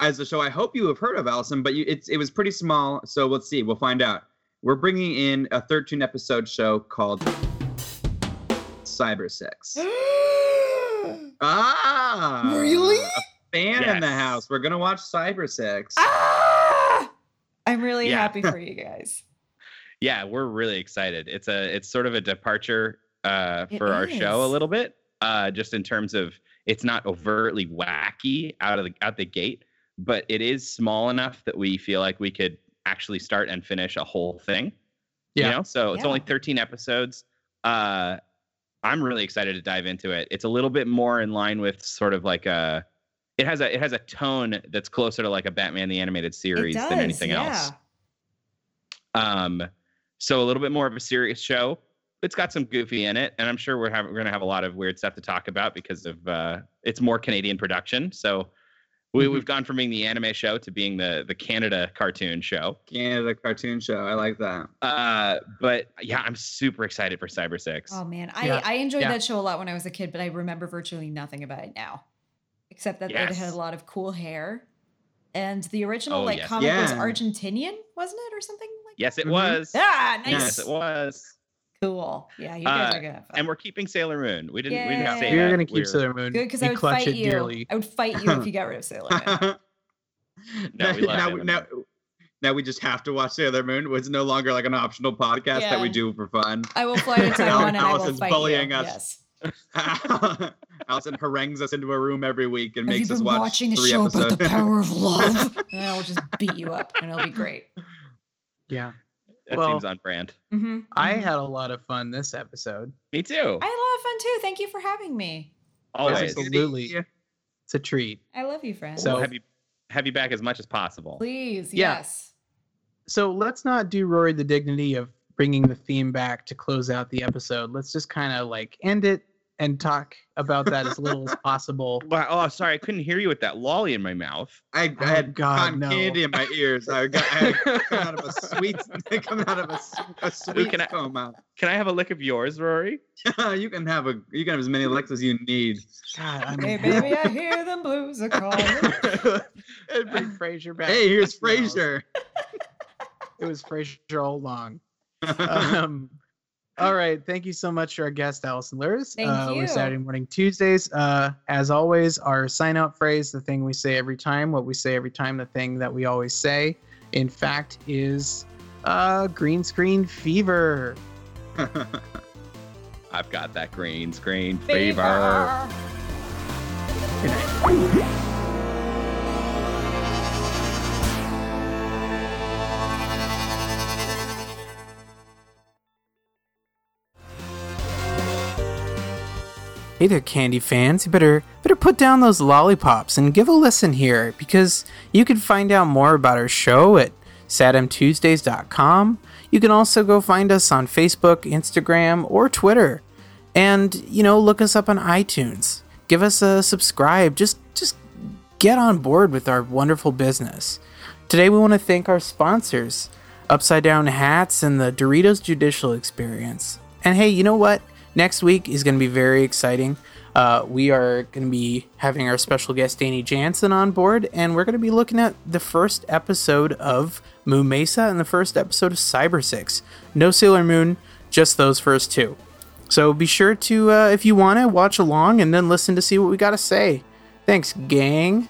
as a show I hope you have heard of Allison, but you, it's it was pretty small, so let's see, we'll find out. We're bringing in a 13 episode show called Cyber Sex.
*gasps*
*gasps*
*gasps* ah,
Really?
A fan in the
Yes.
house. We're gonna watch Cyber Sex.
Ah! I'm really
Yeah.
happy
*laughs*
for you guys.
yeah we're really excited it's a it's sort of a departure uh
It
for our show a
is.
little bit uh just in terms of it's not overtly wacky out of the out the gate but it is small enough that we feel like we could actually start and finish a whole thing
Yeah.
you know so it's only
Yeah.
13 episodes uh i'm really excited to dive into it it's a little bit more in line with sort of like a it has a it has a tone that's closer to like a batman the animated series than anything else um, so a little bit more of a serious show. It's got some goofy in it, and I'm sure we're having, we're gonna have a lot of weird stuff to talk about because of uh, it's more Canadian production. So we
Mm-hmm.
Mhm.
we've gone from being the anime show to being the the Canada cartoon show.
Canada cartoon show. I like that.
Uh, but yeah, I'm super excited for Cyber Six.
Oh man, I,
Yeah.
I enjoyed
Yeah.
that show a lot when I was a kid, but I remember virtually nothing about it now, except that it had
Yes.
a lot of cool hair, and the original
Oh,
like
yes.
comic was
Yeah.
Argentinian, wasn't it, or something like?
yes, it
Mhm.
was.
Ah, nice,
Yes, it was.
cool. Yeah, you guys
Uh,
are gonna.
And we're keeping Sailor Moon. We didn't. We didn't
Yeah.
say
we were
that.
gonna keep
We're-
Sailor Moon.
good because
We
I would
clutch
fight
it
you.
dearly.
I would fight you if you got rid of Sailor
*laughs*
Moon.
No, we love
now,
it.
now, now we just have to watch Sailor Moon. It's no longer like an optional podcast that we
Yeah.
do for fun. *laughs*
I will fly to Taiwan and I will
Allison's
fight
bullying
you.
us.
Yes.
Allison harangues us into a room every week and
Have you
makes us
been
watch
watching a
three
show
episodes.
about the
*laughs*
power of love? and I will just beat you up, and it'll be great.
Yeah.
That
Well-
seems on brand.
Mhm,
I
mhm.
had a lot of fun this episode.
Me too.
Mm-hmm. I had a lot of fun too. Thank you for having me.
Always.
Absolutely. It's a treat.
I love you, friend.
So-
So have you have you back as much as possible.
Please,
Yeah.
yes.
So let's not do Rory the dignity of bringing the theme back to close out the episode. Let's just kind of like end it and talk about that as little
*laughs*
as possible.
Wow, oh, sorry, I couldn't hear you with that lolly in my mouth.
I,
Oh,
I had
God,
cotton
no.
candy in my ears. I got I had come out of a
*laughs*
sweet, *laughs* coming out of a, s- a sweet
can I-
coma.
Can I have a lick of yours, Rory?
*laughs* you can have a, you can have as many licks as you need.
God, I
Hey,
mean,
baby, I hear them blues are
*laughs*
calling.
*laughs* it'd *laughs* bring Frasier back.
Hey,
*laughs*
here's
No,
Frasier.
It was Frasier all along. Um, all right. Thank you so much to our guest, Allison Lurs.
Thank
uh, We're
you.
Saturday morning Tuesdays. Uh, as always, our sign out phrase, the thing we say every time, what we say every time, the thing that we always say, in fact, is uh, green screen fever.
I've got that green screen
Fever.
fever.
Hey there, candy fans. You better better put down those lollipops and give a listen here, because you can find out more about our show at sadmtuesdays.com. You can also go find us on Facebook, Instagram, or Twitter. And, you know, look us up on iTunes. Give us a subscribe. Just just get on board with our wonderful business. Today, we want to thank our sponsors, Upside Down Hats and the Doritos Judicial Experience. And hey, you know what? Next week is going to be very exciting. Uh, we are going to be having our special guest, Danny Jansen, on board, and we're going to be looking at the first episode of Moon Mesa and the first episode of Cyber Six. No Sailor Moon, just those first two. So be sure to, uh, if you want to, watch along and then listen to see what we got to say. Thanks, gang.